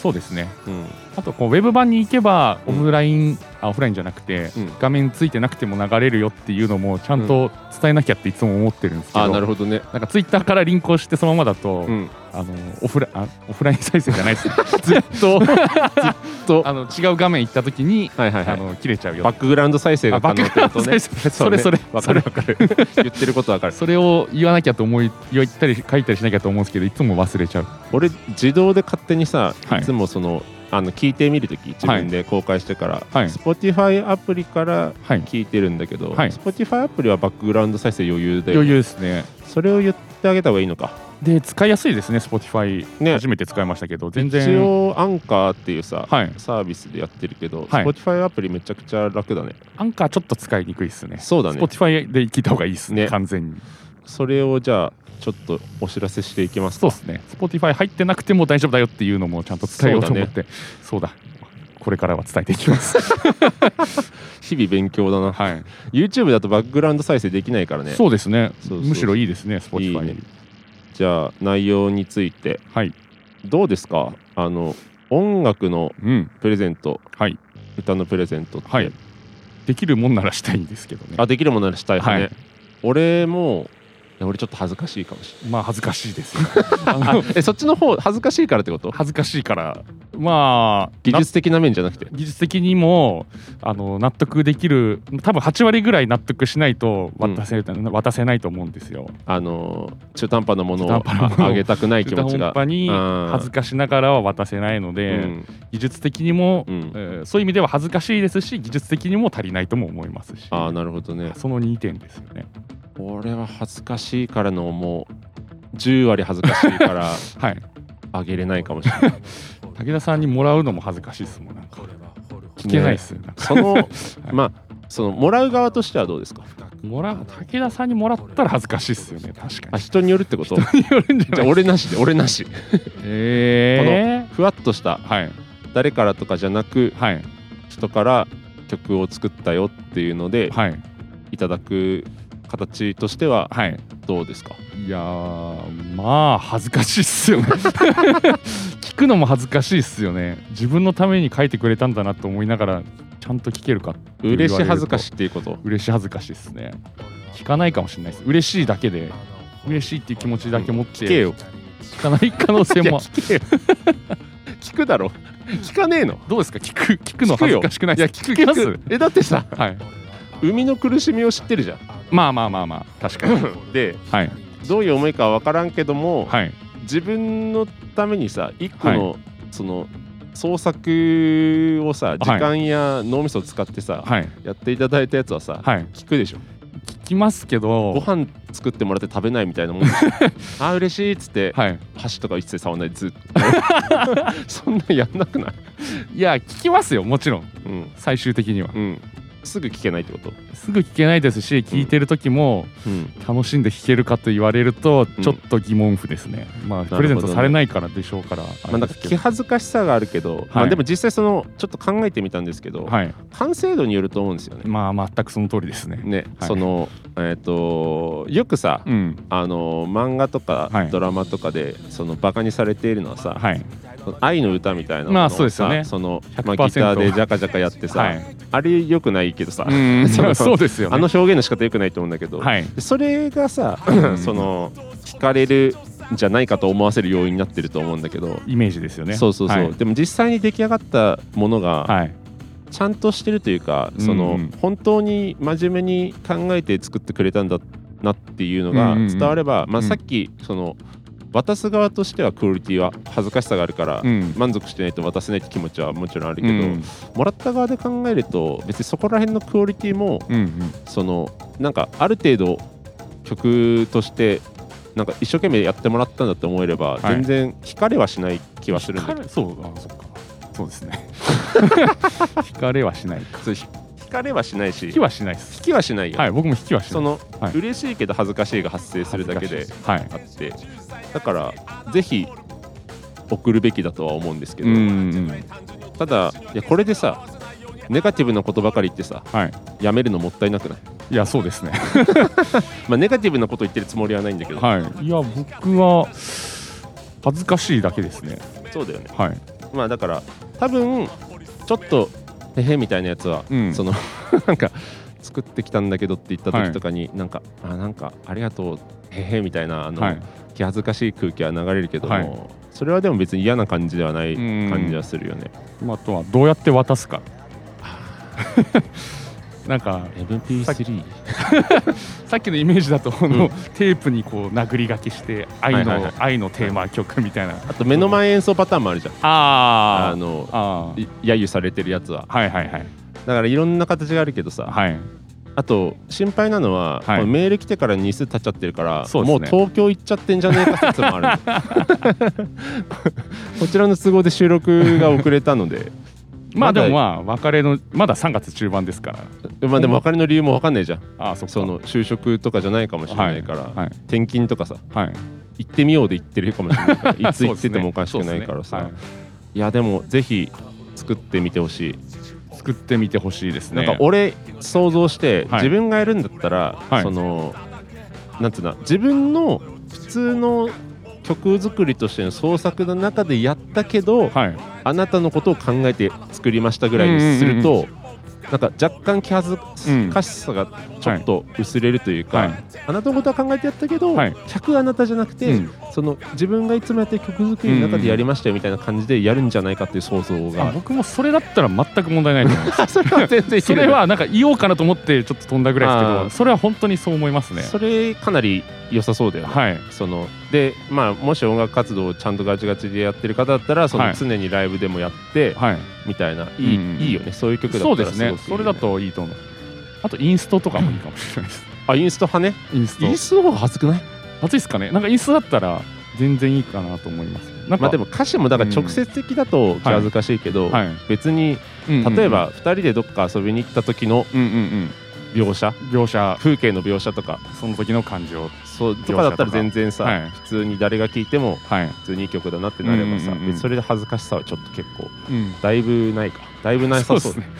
Speaker 2: そうですね
Speaker 1: うん、
Speaker 2: あとこうウェブ版に行けばオ
Speaker 1: うん
Speaker 2: フライン、あオフラインじゃなくて、
Speaker 1: うん
Speaker 2: 画面ついてなくても流れるよっていうのもちゃんと伝えなきゃっていつも思ってるんですけど,、
Speaker 1: あなるほどね、
Speaker 2: なんかツイッターからリンクをしてそのままだと、
Speaker 1: うん、
Speaker 2: あのオフラあオフライン再生じゃないです [laughs] ずっ
Speaker 1: [laughs]
Speaker 2: とずっとあの違う画面行った時に、
Speaker 1: はいはいは
Speaker 2: あ
Speaker 1: い
Speaker 2: の切れちゃうよ
Speaker 1: バックグラウンド再生が
Speaker 2: あ
Speaker 1: 可
Speaker 2: バッ
Speaker 1: 能っ
Speaker 2: ク
Speaker 1: て
Speaker 2: グラウン
Speaker 1: こと
Speaker 2: ド
Speaker 1: ね
Speaker 2: 再生 [laughs] それそれ
Speaker 1: わ
Speaker 2: そ
Speaker 1: か
Speaker 2: れ
Speaker 1: るわかる [laughs] 言ってることわかる
Speaker 2: それを言わなきゃと思い言ったり書いたりしなきゃと思うんですけどいつも忘れちゃう
Speaker 1: 俺自動で勝手にさ、
Speaker 2: はい
Speaker 1: い、つもそのあの聞いてみるとき自分で公開してから、
Speaker 2: はい
Speaker 1: Spotify アプリから
Speaker 2: はい
Speaker 1: 聞いてるんだけど、
Speaker 2: はい
Speaker 1: Spotify アプリはバックグラウンド再生余裕で
Speaker 2: 余裕ですね
Speaker 1: それを言ってあげた方がいいのか
Speaker 2: で使いやすいですね Spotify、
Speaker 1: ね
Speaker 2: 初めて使いましたけど全
Speaker 1: 一
Speaker 2: 然
Speaker 1: 応アンカーっていうさ、
Speaker 2: はい
Speaker 1: サービスでやってるけど、
Speaker 2: はい
Speaker 1: Spotify アプリめちゃくちゃ楽だね
Speaker 2: アンカーちょっと使いにくいですね
Speaker 1: そうだね
Speaker 2: Spotify で聞いた方がいいですね
Speaker 1: ね
Speaker 2: 完全に
Speaker 1: それをじゃあちょっとお知らせしていきます
Speaker 2: そう
Speaker 1: か
Speaker 2: ですね Spotify 入ってなくても大丈夫だよっていうのもちゃんと伝えようと思ってそうだ,、これからは伝えていきます
Speaker 1: [laughs] 日々勉強だな
Speaker 2: はい、
Speaker 1: YouTube だとバックグラウンド再生できないからね
Speaker 2: そうですね
Speaker 1: そうそう
Speaker 2: むしろいいですね Spotify
Speaker 1: いいねじゃあ内容について
Speaker 2: はい
Speaker 1: どうですかあの音楽の
Speaker 2: うん
Speaker 1: プレゼント
Speaker 2: はい
Speaker 1: 歌のプレゼントって、
Speaker 2: はいできるもんならしたいんですけどね
Speaker 1: あできるものならしたい派ね、
Speaker 2: はい
Speaker 1: 俺もいや俺ちょっと恥ずかしいかもし
Speaker 2: まあ恥ずかしいですよ
Speaker 1: れ
Speaker 2: あ
Speaker 1: ない [laughs]
Speaker 2: の
Speaker 1: あえそっちの方恥ずかしいからってこと
Speaker 2: 恥ずかしいからまあ
Speaker 1: 技術的な面じゃなくて
Speaker 2: 技術的にもあの納得できる多分8割ぐらい納得しないと渡せ,、渡せないと思うんですよ。
Speaker 1: あの中途半端なものを
Speaker 2: 中途半端なものを
Speaker 1: ああげたくない気
Speaker 2: 中途
Speaker 1: 持ち
Speaker 2: 半
Speaker 1: が
Speaker 2: 端に
Speaker 1: うん
Speaker 2: 恥ずかしながらは渡せないので、
Speaker 1: うん
Speaker 2: 技術的にも、
Speaker 1: うん
Speaker 2: えーそういう意味では恥ずかしいですし技術的にも足りないとも思いますし
Speaker 1: ああなるほどね
Speaker 2: その2点ですよね。
Speaker 1: 俺は恥ずかしいからのもう10割恥ずかしい
Speaker 2: [laughs]
Speaker 1: から
Speaker 2: はい、
Speaker 1: あげれないかもしれない
Speaker 2: 武田さんにもらうのも恥ずかしいですもんなんか聞けないですよ、なんか
Speaker 1: そのまあそのもらう側としてはどうですか
Speaker 2: もらう武田さんにもらったら恥ずかしいですよね確か
Speaker 1: あ
Speaker 2: に。
Speaker 1: 人によるってこと
Speaker 2: 人によるんじゃ
Speaker 1: じゃ
Speaker 2: な
Speaker 1: あ
Speaker 2: い
Speaker 1: 俺なしで俺なし
Speaker 2: え
Speaker 1: ふわっとした
Speaker 2: ー、はい
Speaker 1: 誰からとかじゃなく
Speaker 2: はい
Speaker 1: 人から曲を作ったよっていうので
Speaker 2: はい
Speaker 1: いただく形としては
Speaker 2: はい
Speaker 1: どうですか
Speaker 2: いやーまあ恥ずかしいっすよね [laughs] 聞くのも恥ずかしいっすよね自分のために書いてくれたんだなと思いながらちゃんと聞けるかって言われ
Speaker 1: 嬉
Speaker 2: ると
Speaker 1: しい恥ずかしいっていうこと
Speaker 2: 嬉しい恥ずかしいっすね聞かないかもしれないです嬉しいだけで嬉しいっていう気持ちだけ持って
Speaker 1: 聞けよ
Speaker 2: 聞かない可能
Speaker 1: [laughs]
Speaker 2: 性
Speaker 1: いや
Speaker 2: も
Speaker 1: 聞けよ聞くだろ聞かねえの
Speaker 2: どうですか聞く聞くの
Speaker 1: 聞く
Speaker 2: 恥
Speaker 1: よ
Speaker 2: ずかしくない
Speaker 1: いや
Speaker 2: です
Speaker 1: 聞く聞
Speaker 2: ます
Speaker 1: くえだってさ
Speaker 2: はい
Speaker 1: 生みの苦しみを知ってるじゃん
Speaker 2: まあまあまあまあ確か
Speaker 1: [laughs]
Speaker 2: に
Speaker 1: で
Speaker 2: はい
Speaker 1: どういう思いかは分からんけども、
Speaker 2: はい
Speaker 1: 自分のためにさ一個の、その創作をさ時間や脳みそを使ってさ、
Speaker 2: はい
Speaker 1: やっていただいたやつはさ、
Speaker 2: はい
Speaker 1: 聞くでしょ
Speaker 2: 聞きますけ
Speaker 1: ご
Speaker 2: ど
Speaker 1: 飯作ってもらって食べないみたいなもんで
Speaker 2: [laughs]
Speaker 1: しょあー嬉しいっつって、
Speaker 2: はい
Speaker 1: 箸とか一切触んないずっと [laughs] そんなんやんなくない、
Speaker 2: いや聞きますよもちろん
Speaker 1: うん
Speaker 2: 最終的には
Speaker 1: うん、すぐ聞けないってこと、
Speaker 2: すぐ聞けないですし聞いてる時も
Speaker 1: うん、
Speaker 2: 楽しんで聞けるかと言われると
Speaker 1: うん
Speaker 2: ちょっと疑問符ですね、ま
Speaker 1: ほ
Speaker 2: あ
Speaker 1: どね
Speaker 2: プレゼントされないからでしょうから
Speaker 1: まあなんか気恥ずかしさがあるけど、まあでも実際そのちょっと考えてみたんですけど、
Speaker 2: はい
Speaker 1: 完成度によると思うんですよね。
Speaker 2: まあ全くその通りですね
Speaker 1: ね、
Speaker 2: はい
Speaker 1: そのえっ、とよくさ、
Speaker 2: うん
Speaker 1: あの漫画とか
Speaker 2: はい
Speaker 1: ドラマとかでそのバカにされているのはさ、
Speaker 2: はい
Speaker 1: 愛の歌みたいなものをさ
Speaker 2: まあそうですよね
Speaker 1: その、
Speaker 2: 100%
Speaker 1: まあ、ギターでジャカジャカやってさ、
Speaker 2: はい
Speaker 1: あれよくないけどさ、
Speaker 2: うん
Speaker 1: そ
Speaker 2: [laughs] そううそうですよね
Speaker 1: あの表現の仕方よくないと思うんだけど、
Speaker 2: はい
Speaker 1: それがさ、
Speaker 2: ん
Speaker 1: その聞かれるんじゃないかと思わせる要因になってると思うんだけど、
Speaker 2: イメージですよね
Speaker 1: そうそうそう、
Speaker 2: はい
Speaker 1: でも実際に出来上がったものが
Speaker 2: はい
Speaker 1: ちゃんとしてるというか、
Speaker 2: うん
Speaker 1: その
Speaker 2: うん
Speaker 1: 本当に真面目に考えて作ってくれたんだなっていうのが
Speaker 2: うんうんうん
Speaker 1: 伝われば、まあ、
Speaker 2: うん
Speaker 1: さっきその渡す側としてはクオリティは恥ずかしさがあるから、
Speaker 2: うん
Speaker 1: 満足してないと渡せないって気持ちはもちろんあるけ
Speaker 2: う
Speaker 1: ど、
Speaker 2: ん
Speaker 1: もらった側で考えると別にそこら辺のクオリティも
Speaker 2: うんうん
Speaker 1: そのなんかある程度曲としてなんか一生懸命やってもらったんだと思えれば、
Speaker 2: はい
Speaker 1: 全然惹かれはしない気はするんだけど
Speaker 2: 惹かれそうあそっかそうで
Speaker 1: [laughs]
Speaker 2: すね惹かれはしないか
Speaker 1: そうひ惹かれはしないし
Speaker 2: 引
Speaker 1: 引
Speaker 2: きはしないです
Speaker 1: きはしないよ、
Speaker 2: はい僕も引きはしない
Speaker 1: その、
Speaker 2: はい
Speaker 1: 嬉しいけど恥ずかしいが発生するだけで
Speaker 2: 恥ずかしいす
Speaker 1: あってだからぜひ送るべきだとは思うんですけど、
Speaker 2: はいうんうん
Speaker 1: ただいやこれでさネガティブなことばかり言ってさ
Speaker 2: はい
Speaker 1: やめるのもったいなくない、
Speaker 2: いやそうですね
Speaker 1: まあ、ネガティブなこと言ってるつもりはないんだけど、
Speaker 2: はいいや僕は恥ずかしいだけですね
Speaker 1: そうだよね
Speaker 2: はい
Speaker 1: まあだから多分ちょっとへへみたいなやつは、
Speaker 2: うん
Speaker 1: その [laughs] なんか作ってきたんだけどって言った時とかに、なんかあなんかありがとうへへみたいなあの、
Speaker 2: はい
Speaker 1: 気恥ずかしい空気は流れるけども、
Speaker 2: はい
Speaker 1: それはでも別に嫌な感じではない
Speaker 2: うん
Speaker 1: 感じはするよね。
Speaker 2: まああとはどうやって渡すか [laughs] なんか
Speaker 1: MP3
Speaker 2: さっきのイメージだとあの、
Speaker 1: うん
Speaker 2: テープにこう殴り書きして愛の、
Speaker 1: はいはいはい
Speaker 2: 愛のテーマ曲みたいな
Speaker 1: あと目の前演奏パターンもあるじゃん。
Speaker 2: あ
Speaker 1: あの
Speaker 2: あー
Speaker 1: い揶揄されてるやつは
Speaker 2: はいはいはい
Speaker 1: だからいろんな形があるけどさ、
Speaker 2: はい
Speaker 1: あと心配なのは、
Speaker 2: はい
Speaker 1: このメール来てから日数経っちゃってるから
Speaker 2: そうです
Speaker 1: も
Speaker 2: ね
Speaker 1: う東京行っちゃってんじゃねえか説もある
Speaker 2: [laughs]
Speaker 1: こちらの都合で収録が遅れたの
Speaker 2: [laughs]
Speaker 1: で
Speaker 2: まあでも
Speaker 1: ま
Speaker 2: まあ別れのまだ3月中盤ですから
Speaker 1: まあでも別れの理由も分かんないじゃん
Speaker 2: ああそっか
Speaker 1: その就職とかじゃないかもしれないから、
Speaker 2: はい
Speaker 1: 転勤とかさ
Speaker 2: はい、はい、
Speaker 1: 行ってみようで行ってるかもしれないから
Speaker 2: [laughs]
Speaker 1: いつ
Speaker 2: そ
Speaker 1: 行
Speaker 2: う
Speaker 1: っ
Speaker 2: です
Speaker 1: て
Speaker 2: ね
Speaker 1: てもおかしくないからさ、
Speaker 2: そう
Speaker 1: い
Speaker 2: ですね
Speaker 1: やでもぜひ作ってみてほしい、
Speaker 2: はい作ってみてほしいです
Speaker 1: なん
Speaker 2: ね
Speaker 1: か俺想像して、
Speaker 2: はい
Speaker 1: 自分がやるんだったら、
Speaker 2: はい
Speaker 1: そのなんつうな自分の普通の曲作りとしての創作の中でやったけど、
Speaker 2: はい
Speaker 1: あなたのことを考えて作りましたぐらいにすると、なんか若干気恥ずかしさがちょっと薄れるというか、
Speaker 2: はい
Speaker 1: あなたのことは考えてやったけど、
Speaker 2: はい
Speaker 1: 100あなたじゃなくて、
Speaker 2: うん
Speaker 1: その自分がいつもやってる曲作りの中でやりましたよみたいな感じでやるんじゃないかっていう想像
Speaker 2: あ
Speaker 1: が、
Speaker 2: 僕もそれだったら全く問題ないと思います
Speaker 1: それは [laughs] 全然い
Speaker 2: そ
Speaker 1: ける
Speaker 2: れはなんか言おうかなと思ってちょっと飛んだぐらいですけ
Speaker 1: あー
Speaker 2: どそれは本当にそう思いますね
Speaker 1: それかなり良さそうだよね。
Speaker 2: はい
Speaker 1: そのでまあ、もし音楽活動をちゃんとガチガチでやってる方だったらそ
Speaker 2: は
Speaker 1: の
Speaker 2: い
Speaker 1: 常にライブでもやって、
Speaker 2: はい
Speaker 1: みたいないい,、
Speaker 2: うんうん
Speaker 1: いいよねそういう曲だった
Speaker 2: そ
Speaker 1: ら
Speaker 2: うですね
Speaker 1: す
Speaker 2: そ
Speaker 1: ごくい
Speaker 2: れ
Speaker 1: いよ
Speaker 2: だといいと思うあとインストとかもいいかもしれないです
Speaker 1: あインスト派ね
Speaker 2: インスト
Speaker 1: インストの方が恥ずくない
Speaker 2: 熱いですかねなんかインストだったら全然いいかなと思いますなんか、
Speaker 1: まあでも歌詞もだから直接的だと気恥ずかしいけど、
Speaker 2: はい、
Speaker 1: 別に例えば2人でどっか遊びに行った時の
Speaker 2: うんうんうん
Speaker 1: 描写
Speaker 2: 描写
Speaker 1: 風景の描写とか
Speaker 2: その時の感情
Speaker 1: そうとかだったら全然さ、
Speaker 2: はい
Speaker 1: 普通に誰が聴いても
Speaker 2: はい、
Speaker 1: 普通にいい曲だなってなればさ、
Speaker 2: うんうんうん
Speaker 1: 別にそれで恥ずかしさはちょっと結構
Speaker 2: うん、
Speaker 1: だいぶないかだいぶない
Speaker 2: そ
Speaker 1: さそ
Speaker 2: うで
Speaker 1: う
Speaker 2: すね。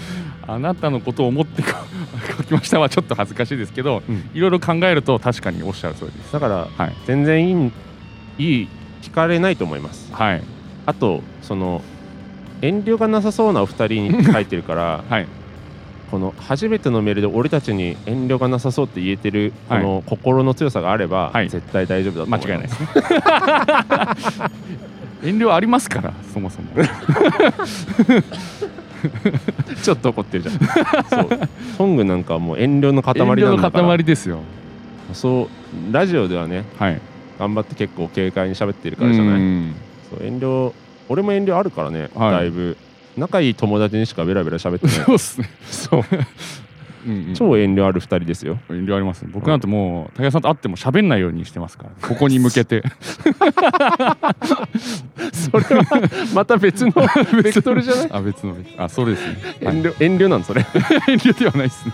Speaker 2: あなたのことを思ってか [laughs] 書きましたはちょっと恥ずかしいですけど、
Speaker 1: うん
Speaker 2: いろいろ考えると確かにおっしゃる通りです。
Speaker 1: だから
Speaker 2: はい
Speaker 1: 全然いいいい聞かれないと思います
Speaker 2: はい
Speaker 1: あとその遠慮がなさそうなお二人に書いてるから
Speaker 2: [laughs] はい
Speaker 1: この初めてのメールで俺たちに遠慮がなさそうって言えてるこ
Speaker 2: はい
Speaker 1: の心の強さがあれば、
Speaker 2: はい
Speaker 1: 絶対大丈夫だと思
Speaker 2: 間
Speaker 1: い
Speaker 2: 違
Speaker 1: ます
Speaker 2: いないですね。遠慮ありますからそもそも。
Speaker 1: ちょっと怒ってるじゃん [laughs] そうトングなんかはもう遠慮の塊
Speaker 2: 遠
Speaker 1: な
Speaker 2: 慮
Speaker 1: んだ
Speaker 2: の
Speaker 1: から
Speaker 2: 塊ですよ。
Speaker 1: そうラジオではね
Speaker 2: はい。
Speaker 1: 頑張って結構軽快に喋ってるからじゃない
Speaker 2: い。
Speaker 1: そう遠慮俺も遠慮あるからね、
Speaker 2: はい
Speaker 1: だいぶ仲いい友達にしかベラベラ喋ってない
Speaker 2: [laughs] そうですね。
Speaker 1: そう
Speaker 2: うんうん
Speaker 1: 超遠慮ある2人ですよ
Speaker 2: 遠慮ありますね僕なんてもう武田さんと会っても喋んないようにしてますからねここに向け [laughs] て
Speaker 1: それはまた
Speaker 2: [laughs]
Speaker 1: 別のベクトルじゃない
Speaker 2: あ別のあそれですね、はい
Speaker 1: 遠慮遠慮なんそ
Speaker 2: [laughs]
Speaker 1: れ
Speaker 2: 遠慮ではないですね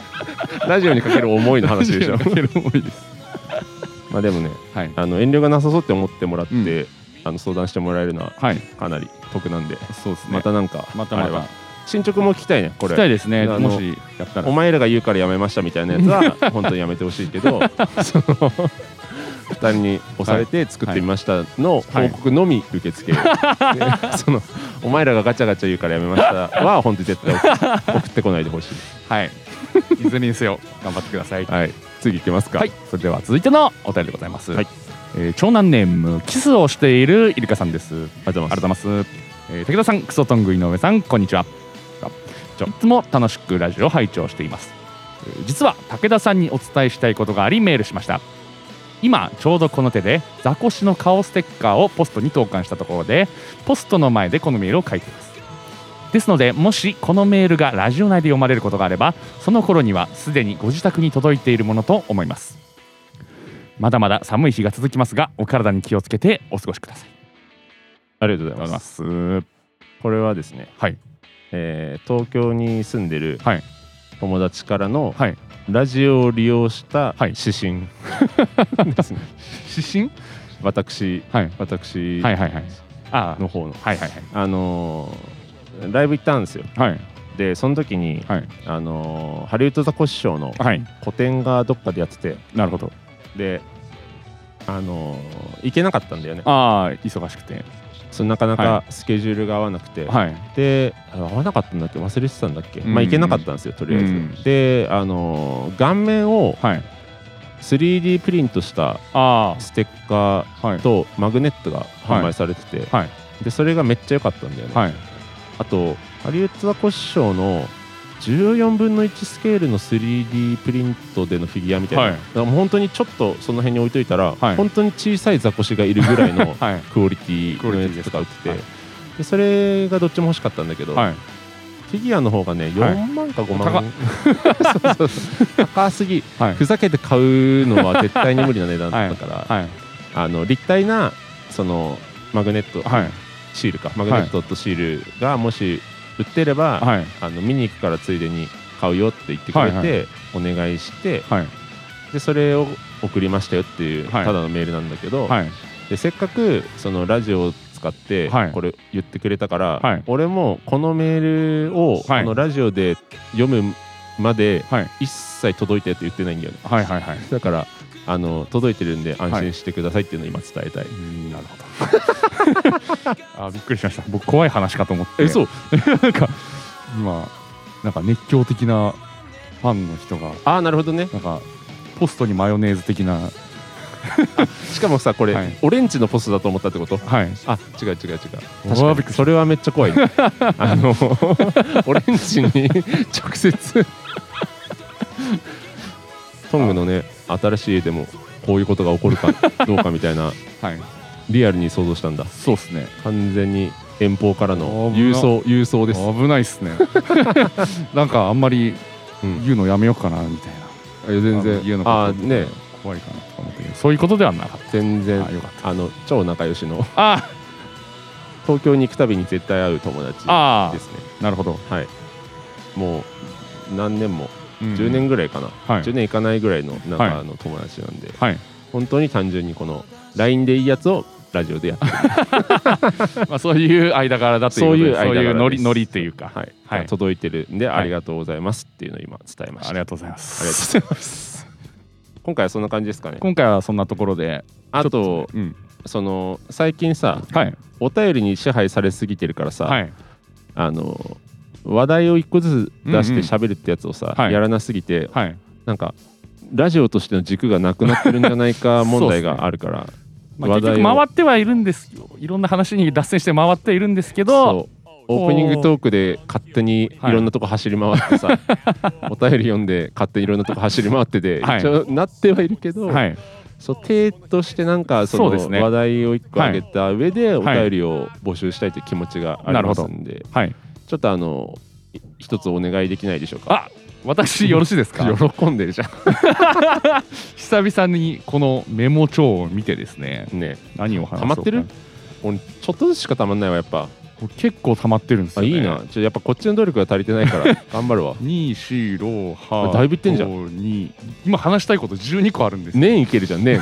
Speaker 1: ラジオにかける思いの話
Speaker 2: [laughs]
Speaker 1: でしょ
Speaker 2: かける思いです
Speaker 1: まあでもね
Speaker 2: はい
Speaker 1: あの遠慮がなさそうって思ってもらって、
Speaker 2: うん
Speaker 1: あの相談してもらえるのは
Speaker 2: はい
Speaker 1: かなり得なんで
Speaker 2: そうですね
Speaker 1: またなんか、
Speaker 2: また
Speaker 1: あ
Speaker 2: ま
Speaker 1: れは
Speaker 2: た
Speaker 1: 進捗も聞きたいねこ
Speaker 2: 聞
Speaker 1: れ
Speaker 2: きたいですね
Speaker 1: あの
Speaker 2: もしやった
Speaker 1: お
Speaker 2: ら
Speaker 1: 前らが言うからやめましたみたいなやつ
Speaker 2: [laughs]
Speaker 1: は本当にやめてほしいけどその負担に押されて作ってみましたの
Speaker 2: はい
Speaker 1: 報告のみ受け付ける、でそのお前らがガチャガチャ言うからやめましたは本当に絶対送送ってこないでほしい、
Speaker 2: はい [laughs] いずれにせよ頑張ってください
Speaker 1: はい、次いきますか、
Speaker 2: はい、それでは続いてのお便りでございます、
Speaker 1: はい
Speaker 2: えー長男ネームキスをしているイルカさんです
Speaker 1: ありがとうござ
Speaker 2: あ
Speaker 1: い
Speaker 2: り
Speaker 1: ます
Speaker 2: がとうございます、えー武田さんクソトング井上さんこんにちは
Speaker 1: ちはい
Speaker 2: つも楽しくラジオを拝聴していますえー実は武田さんにお伝えしたいことがありメールしました今ちょうどこの手でザコシの顔ステッカーをポストに投函したところでポストの前でこのメールを書いていますですのでもしこのメールがラジオ内で読まれることがあればその頃にはすでにご自宅に届いているものと思いますまだまだ寒い日が続きますがお体に気をつけてお過ごしください
Speaker 1: ありがとう
Speaker 2: あ
Speaker 1: ございます
Speaker 2: すは
Speaker 1: これはですね、
Speaker 2: い
Speaker 1: えー東京に住んでる
Speaker 2: はい
Speaker 1: 友達からの
Speaker 2: はい
Speaker 1: ラジオを利用した
Speaker 2: はい
Speaker 1: 指針ですね、
Speaker 2: 指針
Speaker 1: 私
Speaker 2: はい
Speaker 1: 私
Speaker 2: はいはいはいああ
Speaker 1: の方の
Speaker 2: はいはいはい
Speaker 1: あのーライブ行ったんですよ
Speaker 2: はい
Speaker 1: でその時に、
Speaker 2: はい
Speaker 1: あのーハリウッドザコシショウの
Speaker 2: はい
Speaker 1: 個展がどっかでやってて
Speaker 2: なるほど
Speaker 1: であのー行けなかったんだよね
Speaker 2: ああ忙しくて
Speaker 1: そのなかな
Speaker 2: は
Speaker 1: かスケジュールが合わなくて、
Speaker 2: はい
Speaker 1: であ合わなかったんだっけ忘れてたんだっけ、
Speaker 2: うん
Speaker 1: まあ行けなかったんですよとりあえず、
Speaker 2: うん
Speaker 1: であのー顔面を
Speaker 2: はい
Speaker 1: 3D プリントした
Speaker 2: あ
Speaker 1: ステッカ
Speaker 2: あはい
Speaker 1: ーとマグネットが販売されてて、
Speaker 2: はい
Speaker 1: でそれがめっちゃ良かったんだよね、
Speaker 2: はい
Speaker 1: あとハリウッドザコシショウの14分の1スケールの 3D プリントでのフィギュアみたいな、
Speaker 2: はい
Speaker 1: だからもう本当にちょっとその辺に置いといたら、
Speaker 2: はい
Speaker 1: 本当に小さいザコシがいるぐらい
Speaker 2: [laughs]
Speaker 1: の
Speaker 2: はい
Speaker 1: クオリティのやつとか売ってて、でそれがどっちも欲しかったんだけど、
Speaker 2: はい
Speaker 1: フィギュアの方がね
Speaker 2: はい
Speaker 1: 4万か5万、そうそうそう高すぎ
Speaker 2: はい
Speaker 1: ふざけて買うのは絶対に無理な値段だったから、
Speaker 2: はい
Speaker 1: あの立体なそのマグネット、
Speaker 2: はい
Speaker 1: シールかマグネットとシールがもし売ってれば、
Speaker 2: はい
Speaker 1: あの見に行くからついでに買うよって言ってくれて、
Speaker 2: はい
Speaker 1: お願いして
Speaker 2: はい
Speaker 1: でそれを送りましたよっていう
Speaker 2: は
Speaker 1: た
Speaker 2: い
Speaker 1: だのメールなんだけど、
Speaker 2: はい
Speaker 1: でせっかくそのラジオを使って
Speaker 2: はい
Speaker 1: これ言ってくれたから、
Speaker 2: はい
Speaker 1: 俺もこのメールを
Speaker 2: はい
Speaker 1: このラジオで読むまで
Speaker 2: はい
Speaker 1: 一切届いてって言ってないんだよね
Speaker 2: はいはいはい
Speaker 1: だからあの届いてるんで安心してくださいっていうのを今伝えたい、
Speaker 2: なるほどあびっくりしました僕怖い話かと思って
Speaker 1: えそう
Speaker 2: なんか今なんか熱狂的なファンの人が
Speaker 1: ああなるほどね
Speaker 2: なんかポストにマヨネーズ的な
Speaker 1: しかもさこれ、
Speaker 2: はい
Speaker 1: オレンジのポストだと思ったってこと
Speaker 2: はい
Speaker 1: あ違う違う違う確
Speaker 2: う
Speaker 1: か
Speaker 2: わびっくり
Speaker 1: にそれはめっちゃ怖い、
Speaker 2: [laughs]
Speaker 1: ね、あのオレンジに直接トングのね新しい家でもこういうことが起こる
Speaker 2: [laughs]
Speaker 1: かどうかみたいな
Speaker 2: はい
Speaker 1: リアルに想像したんだ
Speaker 2: そうですね
Speaker 1: 完全に遠方からの
Speaker 2: 危な
Speaker 1: 郵送郵送です、
Speaker 2: 危ないっすね [laughs] なんかあんまり
Speaker 1: うん
Speaker 2: 言うのやめようかなみたいな
Speaker 1: 全
Speaker 2: あの言う
Speaker 1: 然
Speaker 2: のか
Speaker 1: あね
Speaker 2: 怖いかなとか思ってそういうことではなかっ
Speaker 1: 全然
Speaker 2: あよかっ
Speaker 1: あの超仲良しの
Speaker 2: たあ
Speaker 1: 東京に行くたびに絶対会う友達
Speaker 2: あ
Speaker 1: ですね
Speaker 2: あなるほど、
Speaker 1: はいもう何年も
Speaker 2: うん
Speaker 1: 10年ぐらいかな、
Speaker 2: はい
Speaker 1: 10年いかないぐらいの
Speaker 2: はい
Speaker 1: 仲の友達なんで、
Speaker 2: はい、
Speaker 1: 本当に単純にこの LINE でいいやつをラジオでやってる
Speaker 2: [laughs] まあ、そういう間柄だということで
Speaker 1: そういう間柄
Speaker 2: そういうノ
Speaker 1: で
Speaker 2: リ
Speaker 1: す
Speaker 2: ノリというか、
Speaker 1: はい、
Speaker 2: はい
Speaker 1: 届いてるんで
Speaker 2: はい
Speaker 1: ありがとうございますっていうのを今伝えまし
Speaker 2: あ
Speaker 1: た、
Speaker 2: りがとうございま
Speaker 1: ありが
Speaker 2: す
Speaker 1: とうございます今回はそんな感じですかね
Speaker 2: 今回はそんなところで
Speaker 1: あと
Speaker 2: ちょっうん、
Speaker 1: その最近さ
Speaker 2: はい
Speaker 1: お便りに支配されすぎてるからさ、
Speaker 2: はい
Speaker 1: あの話題を一個ずつ出して喋るってやつをさ、
Speaker 2: うんうんはい
Speaker 1: やらなすぎて、
Speaker 2: はい
Speaker 1: なんかラジオとしての軸がなくなってるんじゃないか問題があるから、
Speaker 2: [laughs] まあ、結局回ってはいるんですよいろんな話に脱線して回ってはいるんですけど
Speaker 1: そうオープニングトークで勝手にいろんなとこ走り回ってさ、
Speaker 2: [laughs]
Speaker 1: お便り読んで勝手にいろんなとこ走り回ってて、
Speaker 2: はい
Speaker 1: 一応なってはいるけど、
Speaker 2: はい
Speaker 1: そう手としてなんかその
Speaker 2: そうですね
Speaker 1: 話題を一個上げた上でお
Speaker 2: はい
Speaker 1: 便りを募集したいという気持ちがありますんで、
Speaker 2: はい [laughs]
Speaker 1: ちょっとあのい一つお願いできないでしょうか
Speaker 2: あ私よろし
Speaker 1: [laughs]
Speaker 2: いですか
Speaker 1: 喜んでるじゃ
Speaker 2: 久々にこのメモ帳を見てですね
Speaker 1: ん [laughs] ね
Speaker 2: 何を話そう
Speaker 1: 溜まってる俺ちょっとずつしかたまんないわやっぱ
Speaker 2: これ結構溜まってるんです
Speaker 1: あ
Speaker 2: よ、ね、
Speaker 1: いいなちょやっぱこっちの努力が足りてないから頑張る
Speaker 2: [laughs]
Speaker 1: わ
Speaker 2: 2、4、6、8、
Speaker 1: だいぶいってんじゃん
Speaker 2: 5 2今話したいこと12個あるんですよ。
Speaker 1: 年いけるじゃん年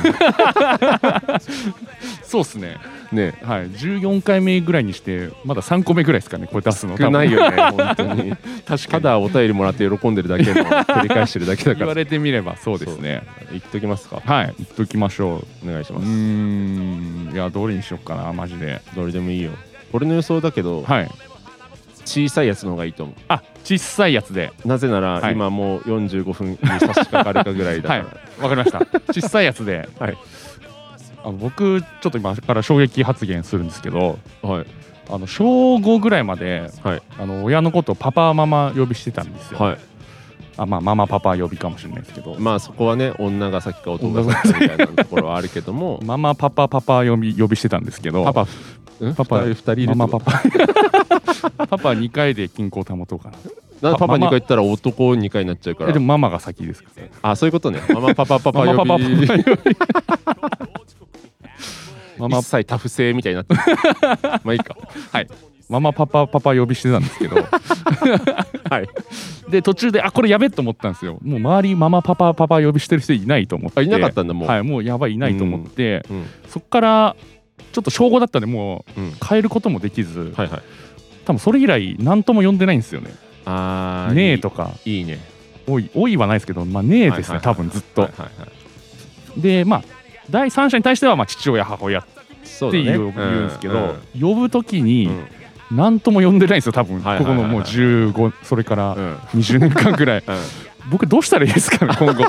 Speaker 2: そうっすね。
Speaker 1: ね
Speaker 2: はい、14回目ぐらいにして、まだ3個目ぐらいですかね、これ出すの。
Speaker 1: 少ない
Speaker 2: よ。
Speaker 1: よね本当に
Speaker 2: [laughs]
Speaker 1: た
Speaker 2: 確かに。だ
Speaker 1: だお便りもらって喜んでるだけの繰り返してるだけ [laughs] だか
Speaker 2: 言
Speaker 1: ら
Speaker 2: われてみればそうですね。
Speaker 1: 言っときますか
Speaker 2: はい、言っときましょ
Speaker 1: お願いし
Speaker 2: う。う
Speaker 1: ます
Speaker 2: ーん、いや、どれにしよっかな、マジで。
Speaker 1: どれでもいいよ俺の予想だけど
Speaker 2: はい。
Speaker 1: 小さいやつの方がいいと思
Speaker 2: あ、小さいやつで。
Speaker 1: うなぜな
Speaker 2: は
Speaker 1: ら
Speaker 2: い
Speaker 1: 今もう45分に差し掛かるかぐらいだか
Speaker 2: はい、
Speaker 1: ら
Speaker 2: わかりま
Speaker 1: [laughs]
Speaker 2: した。小さいやつで。
Speaker 1: はい。
Speaker 2: あの僕、ちょっと今から衝撃発言するんですけど、
Speaker 1: はい
Speaker 2: あの小5ぐらいまで
Speaker 1: はい
Speaker 2: あの親のことをパパママ呼びしてたんですよ、
Speaker 1: はい
Speaker 2: あまあママパパ呼びかもしれないですけど、
Speaker 1: まあそこはね女が先か男が先かみたいなところはあるけども
Speaker 2: ママパパパパ呼び呼びしてたんですけど
Speaker 1: パパん
Speaker 2: パパ
Speaker 1: 二人二人いるって
Speaker 2: マ
Speaker 1: こと
Speaker 2: マパパ [laughs] パパ2回で均衡を保とうか
Speaker 1: な
Speaker 2: な
Speaker 1: んでパパ
Speaker 2: パマ
Speaker 1: 2回言ったら男2回になっちゃうか
Speaker 2: え
Speaker 1: ら
Speaker 2: でもママが先ですから
Speaker 1: あそういうこと
Speaker 2: [laughs]
Speaker 1: ねママパパパパ
Speaker 2: ママ
Speaker 1: 呼
Speaker 2: パパパ
Speaker 1: び
Speaker 2: パ呼びママ
Speaker 1: 一切タフ性みたいになって
Speaker 2: [laughs]
Speaker 1: るまあいいか
Speaker 2: はいママパパパパ呼びしてたんですけど
Speaker 1: はい
Speaker 2: で途中であこれやべえと思ったんですよもう周りママパパパパ呼びしてる人いないと思って
Speaker 1: あいなかったんだもう
Speaker 2: はいもうやばいいないと思って、
Speaker 1: うん
Speaker 2: そっからちょっと小5だったんでも
Speaker 1: うん
Speaker 2: う変えることもできず、
Speaker 1: はいはい
Speaker 2: 多分それ以来何とも呼んでないんですよね。
Speaker 1: あー
Speaker 2: ね
Speaker 1: い
Speaker 2: え
Speaker 1: い
Speaker 2: とか
Speaker 1: いいね
Speaker 2: おいおいはないですけど、まあ、ねえです
Speaker 1: はいはい
Speaker 2: ね、
Speaker 1: はい
Speaker 2: 多分ずっと。
Speaker 1: はいはいはい
Speaker 2: でまあ第三者に対してはまあ父親母親っ
Speaker 1: そうだ
Speaker 2: て
Speaker 1: ね
Speaker 2: いう言うんですけど、
Speaker 1: うん
Speaker 2: 呼ぶ時に
Speaker 1: うんうん
Speaker 2: 何とも呼んでないんですよ多分、
Speaker 1: はいはい
Speaker 2: ここ
Speaker 1: はいはい
Speaker 2: のもう15それから
Speaker 1: うん
Speaker 2: 20年間ぐらい、 [laughs]
Speaker 1: うん
Speaker 2: 僕どうしたらいいですか
Speaker 1: [laughs]
Speaker 2: ね今後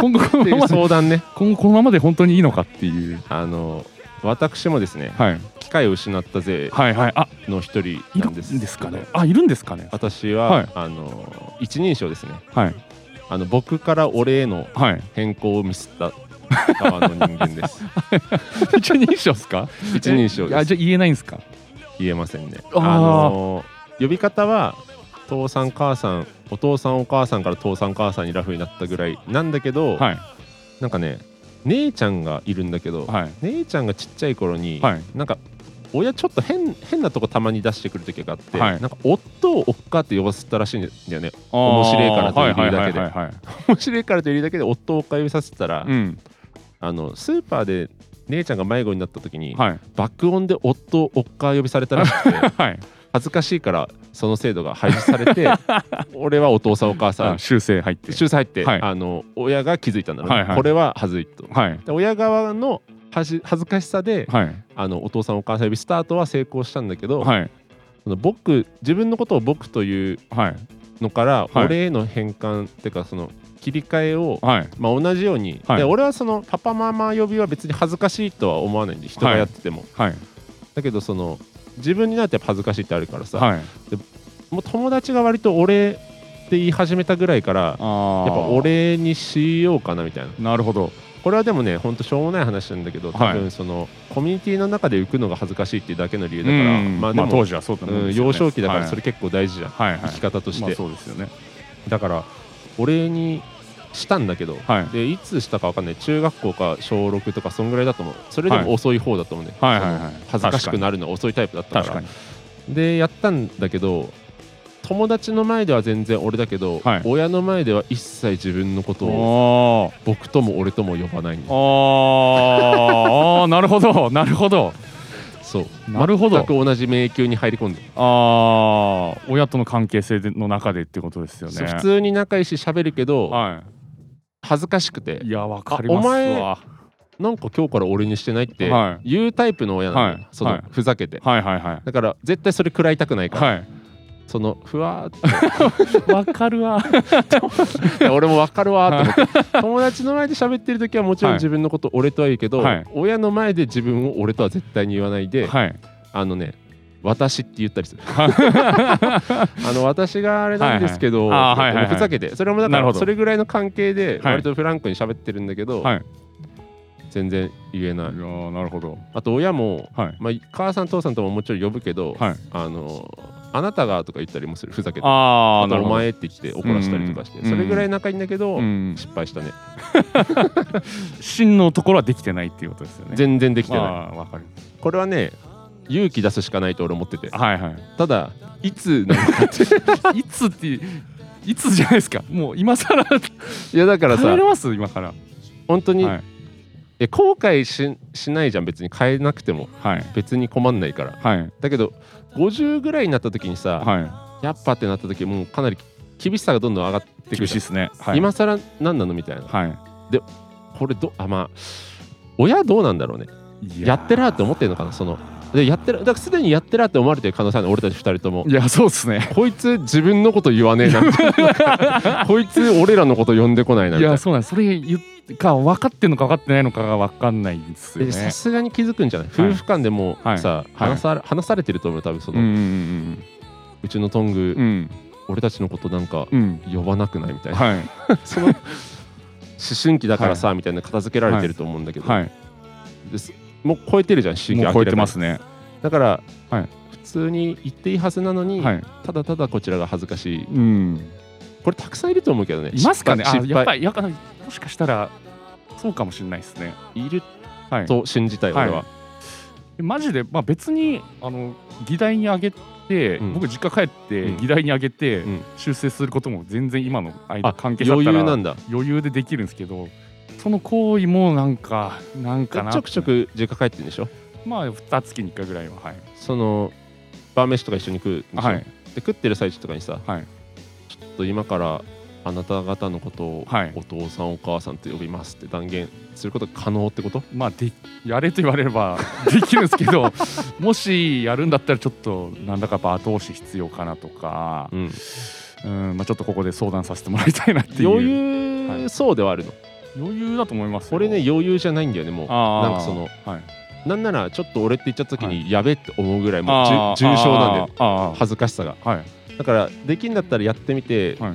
Speaker 2: 今後こ
Speaker 1: って
Speaker 2: の
Speaker 1: い
Speaker 2: [laughs] ま
Speaker 1: う
Speaker 2: ま
Speaker 1: 相談ね
Speaker 2: 今後このままで本当にいいのかっていう、
Speaker 1: あの私もですね
Speaker 2: はい、
Speaker 1: 機会を失ったぜ
Speaker 2: はいはいあ
Speaker 1: の一人
Speaker 2: い
Speaker 1: な
Speaker 2: る
Speaker 1: ん
Speaker 2: ん
Speaker 1: で
Speaker 2: です
Speaker 1: けど
Speaker 2: すかねあいるんですかね
Speaker 1: 私は、
Speaker 2: はい
Speaker 1: あの一人称ですね
Speaker 2: はい
Speaker 1: あの僕から俺への [laughs]
Speaker 2: はい
Speaker 1: 変更をミスった側の人間
Speaker 2: [laughs]
Speaker 1: です
Speaker 2: 一人称ですか
Speaker 1: 一人称です
Speaker 2: あじゃあ言えないんですか
Speaker 1: 言えませんね
Speaker 2: あー
Speaker 1: あの呼び方は父さん母さんお父さんお母さんから父さん母さんにラフになったぐらいなんだけど、
Speaker 2: はい
Speaker 1: なんかね姉ちゃんがいるんだけど、
Speaker 2: はい
Speaker 1: 姉ちゃんがちっちゃい頃に、
Speaker 2: はい
Speaker 1: なんか親ちょっと変変なとこたまに出してくる時があって、
Speaker 2: はい
Speaker 1: なんか夫をおっかって呼ばせたらしいんだよ
Speaker 2: [laughs]
Speaker 1: ね面
Speaker 2: 面
Speaker 1: 白いからという理由だけで
Speaker 2: はいはいはいはい
Speaker 1: 面白いからという理由だけで夫をおっか呼びさせたら、
Speaker 2: うん
Speaker 1: あのスーパーで姉ちゃんが迷子になった時に、
Speaker 2: はい
Speaker 1: 爆音で夫をおっか呼びされたらしくて
Speaker 2: はい
Speaker 1: 恥ずかしいからその制度が廃止さ
Speaker 2: [laughs]
Speaker 1: れて俺はお父さんお母さ
Speaker 2: あ
Speaker 1: ん
Speaker 2: 修正入って
Speaker 1: 修正入って、
Speaker 2: はい
Speaker 1: あの親が気づいたんだろうね、
Speaker 2: はいはい
Speaker 1: これは恥ずいと。
Speaker 2: はい
Speaker 1: で親側の恥恥ずかしさで、
Speaker 2: はい
Speaker 1: あのお父さんお母さん呼びスタートは成功したんだけど、
Speaker 2: はい
Speaker 1: その僕自分のことを僕という
Speaker 2: はい
Speaker 1: のから、
Speaker 2: はい
Speaker 1: 俺への変換っていうかその切り替えを、
Speaker 2: はい
Speaker 1: まあ、同じように、
Speaker 2: はい
Speaker 1: で俺はそのパパママ呼びは別に恥ずかしいとは思わないんで人がやってても、
Speaker 2: はい
Speaker 1: だけどその自分になってやっぱ恥ずかしいってあるからさ、
Speaker 2: はい
Speaker 1: もう友達が割と俺って言い始めたぐらいからやっ
Speaker 2: あー
Speaker 1: ぱ俺にしようかなみたいな
Speaker 2: なるほど
Speaker 1: これはでもねほんとしょうもない話なんだけど多
Speaker 2: は
Speaker 1: 分その、コミュニティの中で浮くのが恥ずかしいっていうだけの理由だ
Speaker 2: う
Speaker 1: から、ま
Speaker 2: んま
Speaker 1: あ
Speaker 2: あ
Speaker 1: でも、
Speaker 2: 当時はそうだ
Speaker 1: うん幼少期だからそ
Speaker 2: れ
Speaker 1: れ結構大事じゃん、
Speaker 2: はいはい
Speaker 1: 生き方として、
Speaker 2: まあそうですよね
Speaker 1: だから俺にしたんだけど、
Speaker 2: はい
Speaker 1: でいつしたかわかんない中学校か小6とかそんぐらいだと思うそれでも遅い方だと思うね、
Speaker 2: はいはいはい
Speaker 1: その
Speaker 2: はい
Speaker 1: 恥ずかしくなるの遅いタイプだった
Speaker 2: 確
Speaker 1: か
Speaker 2: からに
Speaker 1: でやったんだけど友達の前では全然俺だけど、
Speaker 2: はい
Speaker 1: 親の前では一切自分のことを
Speaker 2: おー
Speaker 1: 僕とも俺とも呼ばないんで [laughs]
Speaker 2: あーあーなるほどなるほど
Speaker 1: すそう
Speaker 2: なるほど
Speaker 1: 全く同じ迷宮に入り込んでる、
Speaker 2: あー親との関係性での中でってことですよね
Speaker 1: そう普通に仲いいし喋るけど
Speaker 2: は
Speaker 1: 恥ずかしくて
Speaker 2: いいやわかります
Speaker 1: あお前
Speaker 2: わ
Speaker 1: なんか今日から俺にしてないって
Speaker 2: は
Speaker 1: 言うタイプの親なのよ、
Speaker 2: はい
Speaker 1: その、
Speaker 2: はい
Speaker 1: ふざけて
Speaker 2: はいはいはい
Speaker 1: だから絶対それ食らいたくないから、
Speaker 2: はい
Speaker 1: そのふわーっ
Speaker 2: わかるわ。
Speaker 1: て俺もわかるわーって思って [laughs] 友達の前で喋ってる時はもちろん自分のこと俺とは言うけど、
Speaker 2: はい
Speaker 1: 親の前で自分を俺とは絶対に言わないで、
Speaker 2: はい。
Speaker 1: あのね私って言った
Speaker 2: [laughs]
Speaker 1: りするあの私があれなんですけど、
Speaker 2: はいはいあーはいはいはい
Speaker 1: ふざけてそれもだか
Speaker 2: なるほ
Speaker 1: ら
Speaker 2: ど
Speaker 1: それぐらいの関係で
Speaker 2: はい
Speaker 1: 割とフランクに喋ってるんだけど、
Speaker 2: はい
Speaker 1: 全然言え
Speaker 2: い
Speaker 1: な
Speaker 2: や
Speaker 1: い
Speaker 2: ーなるほど。
Speaker 1: あと親も、
Speaker 2: はい。
Speaker 1: まあ、母さん父さんとももちろん呼ぶけど、
Speaker 2: はい。
Speaker 1: あのあなたがとか言ったりもするふざけて
Speaker 2: あ
Speaker 1: あ
Speaker 2: あな
Speaker 1: と
Speaker 2: る
Speaker 1: お
Speaker 2: ほど
Speaker 1: 前って言って怒らせたりとかして、
Speaker 2: うん
Speaker 1: それぐらい仲いいんだけど、
Speaker 2: うん
Speaker 1: 失敗したね
Speaker 2: 真のところはできてないっていうことですよね
Speaker 1: 全然できてない
Speaker 2: ああわかる
Speaker 1: これはね勇気出すしかないと俺思ってて
Speaker 2: はいは
Speaker 1: ただいつなのかって
Speaker 2: いいつっていつじゃないですかもう今更食
Speaker 1: いやだから
Speaker 2: べ
Speaker 1: さ
Speaker 2: れます今から
Speaker 1: 本当に、
Speaker 2: はい
Speaker 1: いや後悔ししないじゃん別に変えなくても
Speaker 2: はい
Speaker 1: 別に困んないから
Speaker 2: はい
Speaker 1: だけど50ぐらいになった時にさ、
Speaker 2: は
Speaker 1: やっぱってなった時もうかなり厳しさがどんどん上がってく
Speaker 2: い
Speaker 1: る
Speaker 2: 厳しいですねはい
Speaker 1: 今更何なのみたいな、
Speaker 2: は
Speaker 1: これどあまあ親どうなんだろうね
Speaker 2: い
Speaker 1: やってらーって思ってるのかなそのでやってらだからすでにやってらーって思われてる可能性あるの俺たち2人とも
Speaker 2: いやそうですね
Speaker 1: こいつ自分のこと言わねえなみたい
Speaker 2: [laughs]
Speaker 1: なこいつ俺らのこと呼んでこないないみたい
Speaker 2: や
Speaker 1: な
Speaker 2: そうなんですそれ言っか分かってんのか分かってないのかが分かんないんですよ
Speaker 1: でさ
Speaker 2: ね
Speaker 1: すがに気づくんじゃない、
Speaker 2: はい
Speaker 1: 夫婦間でも
Speaker 2: はい
Speaker 1: さ、
Speaker 2: はい
Speaker 1: 話さ話されてると思う多分その、う
Speaker 2: うん
Speaker 1: ちのトング、
Speaker 2: うんうん
Speaker 1: 俺たちのことなんか
Speaker 2: うん
Speaker 1: 呼ばなくないみたいな、
Speaker 2: はい
Speaker 1: その思春期だからさ、みたいな片付けられてると思うんだけど、
Speaker 2: はい
Speaker 1: ですもう超えてるじゃん思春期
Speaker 2: もう超えてます
Speaker 1: ね
Speaker 2: ね
Speaker 1: だから、
Speaker 2: はい
Speaker 1: 普通に言っていいはずなのに、
Speaker 2: はい
Speaker 1: ただただこちらが恥ずかしい
Speaker 2: うん
Speaker 1: これたくさんいると思うけどね
Speaker 2: いますかねあ
Speaker 1: 失敗
Speaker 2: やっぱりやっぱりもしかしたらそうかもしれないですね
Speaker 1: いる
Speaker 2: はい
Speaker 1: と信じたい俺は、
Speaker 2: はいマジで、まあ、別にあの議題にあげて、
Speaker 1: うん
Speaker 2: 僕実家帰って
Speaker 1: うん
Speaker 2: 議題にあげて、
Speaker 1: うん
Speaker 2: 修正することも全然今の間
Speaker 1: あ
Speaker 2: 関係だっ
Speaker 1: 余
Speaker 2: たら
Speaker 1: 裕なんだ
Speaker 2: 余裕でできるんですけどその行為もなんかなんかな
Speaker 1: ちょくちょく実家帰ってるんでしょ
Speaker 2: まあ2月に1回ぐらいははい
Speaker 1: その晩飯とか一緒に食うんでしょ、
Speaker 2: はい
Speaker 1: で食ってる最中とかにさ、
Speaker 2: はい
Speaker 1: ちょっと今からあなた方のことを
Speaker 2: はい
Speaker 1: お父さんお母さんと呼びますって断言することが可能ってこと
Speaker 2: まあでやれと言われれば [laughs] できるんですけどもしやるんだったらちょっとなんだかやっぱ後押し必要かなとか
Speaker 1: うん
Speaker 2: うん、まあ、ちょっとここで相談させてもらいたいなっていう
Speaker 1: 余
Speaker 2: は
Speaker 1: 裕
Speaker 2: い
Speaker 1: そうではあるの、
Speaker 2: 余裕だと思いますよ
Speaker 1: 俺ね余裕じゃないんだよねもう
Speaker 2: あ
Speaker 1: な
Speaker 2: ー
Speaker 1: んかその
Speaker 2: はい、
Speaker 1: なんならちょっと俺って言っちゃった時
Speaker 2: は
Speaker 1: にやべって思うぐらいもう重重症なんだよ
Speaker 2: あーあー
Speaker 1: 恥ずかしさが
Speaker 2: はい、
Speaker 1: だからできんだったらやってみて、
Speaker 2: はい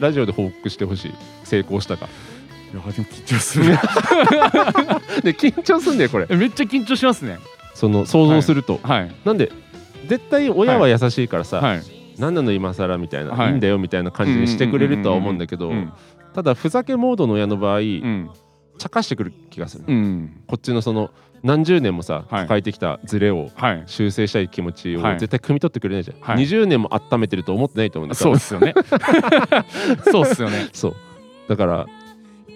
Speaker 1: ラジオで報告してほしい成功したか
Speaker 2: いやでも緊張す [laughs] る
Speaker 1: で緊張すんだよこれ
Speaker 2: めっちゃ緊張しますね
Speaker 1: その想像すると、
Speaker 2: はい
Speaker 1: なんで絶対親は優しいからさ、
Speaker 2: はい
Speaker 1: 何なの今更みたいな、
Speaker 2: はい
Speaker 1: い、いんだよみたいな感じにしてくれるとは思うんだけど、
Speaker 2: うん
Speaker 1: ただふざけモードの親の場合、
Speaker 2: うん
Speaker 1: 茶化してくる気がする、
Speaker 2: うん
Speaker 1: こっちのその何十年もさ、
Speaker 2: はい
Speaker 1: 抱えてきたズレを
Speaker 2: はい
Speaker 1: 修正したい気持ちを
Speaker 2: はい
Speaker 1: 絶対汲み取ってくれないじゃん、
Speaker 2: はい
Speaker 1: 20年も温めてると思ってないと思うんだか
Speaker 2: [laughs] そう
Speaker 1: ら
Speaker 2: っすよ [laughs] ねそうっすよね
Speaker 1: そうだから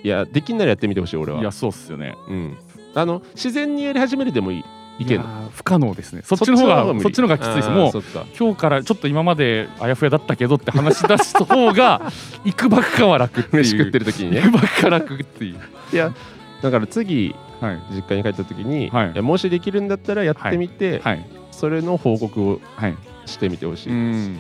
Speaker 1: いやできんならやってみてほしい俺はい
Speaker 2: やそうっすよね
Speaker 1: うん、あの自然にやり始めるでもいいいけん
Speaker 2: い
Speaker 1: の
Speaker 2: やー不可能ですねそっちの方がそっちの方がきついですもう
Speaker 1: うか
Speaker 2: 今日からちょっと今まであやふやだったけどって話し出した方 [laughs] が行くばっかは楽っていう
Speaker 1: 飯食ってる時にね
Speaker 2: 行くばっか楽っていう
Speaker 1: いやだから次
Speaker 2: はい
Speaker 1: 実家に帰った時に、
Speaker 2: はい
Speaker 1: いやもしできるんだったらやってみて、
Speaker 2: はい
Speaker 1: それの報告を
Speaker 2: はい
Speaker 1: してみてほしい、
Speaker 2: うん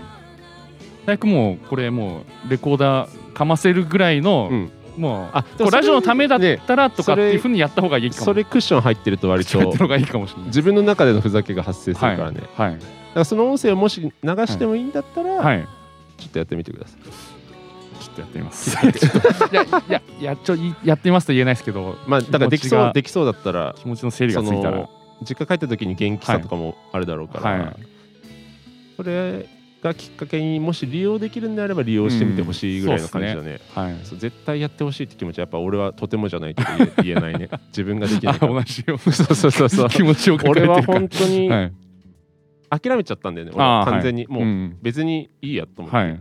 Speaker 2: 早くもうこれもうレコーダーかませるぐらいの、
Speaker 1: うん
Speaker 2: もう
Speaker 1: あ
Speaker 2: これラジオのためだっ
Speaker 1: で
Speaker 2: たらとか
Speaker 1: そ
Speaker 2: っ
Speaker 1: れ
Speaker 2: ていうふうにやった方がいいかも
Speaker 1: それクッション入ってると
Speaker 2: [laughs]
Speaker 1: 割
Speaker 2: 口をや
Speaker 1: と
Speaker 2: った方がいいかもしれない
Speaker 1: 自分の中でのふざけが発生するからね、だ
Speaker 2: はいはい
Speaker 1: からその音声をもし流してもいいんだったら、
Speaker 2: はい
Speaker 1: ちょっとやってみてください
Speaker 2: ちょっとやってみますいや [laughs] いやいやちょいやってみますと言えないですけど
Speaker 1: まあだからでき
Speaker 2: 気持ち
Speaker 1: そう
Speaker 2: が
Speaker 1: できそうだったら
Speaker 2: 気持ちの整理が
Speaker 1: そ
Speaker 2: ついたら
Speaker 1: の実家帰った時に元気さとかもあるだろうから、
Speaker 2: はい
Speaker 1: それがきっかけにもし利用できるんであれば利用してみてほしいぐらいの感じだね,、
Speaker 2: はい
Speaker 1: そう絶対やってほしいって気持ちはやっぱ俺はとてもじゃないと言え言え
Speaker 2: [laughs]
Speaker 1: ないね自分ができな
Speaker 2: あ
Speaker 1: いから
Speaker 2: 同じよう
Speaker 1: [laughs] そうそうそうそう
Speaker 2: な [laughs] 気持ちを抱え
Speaker 1: 俺
Speaker 2: てるか
Speaker 1: は
Speaker 2: ら
Speaker 1: 本当に
Speaker 2: はい
Speaker 1: 諦めちゃったんだよね、俺は
Speaker 2: あー
Speaker 1: 完全に、もううん別にいいやと思って、
Speaker 2: はい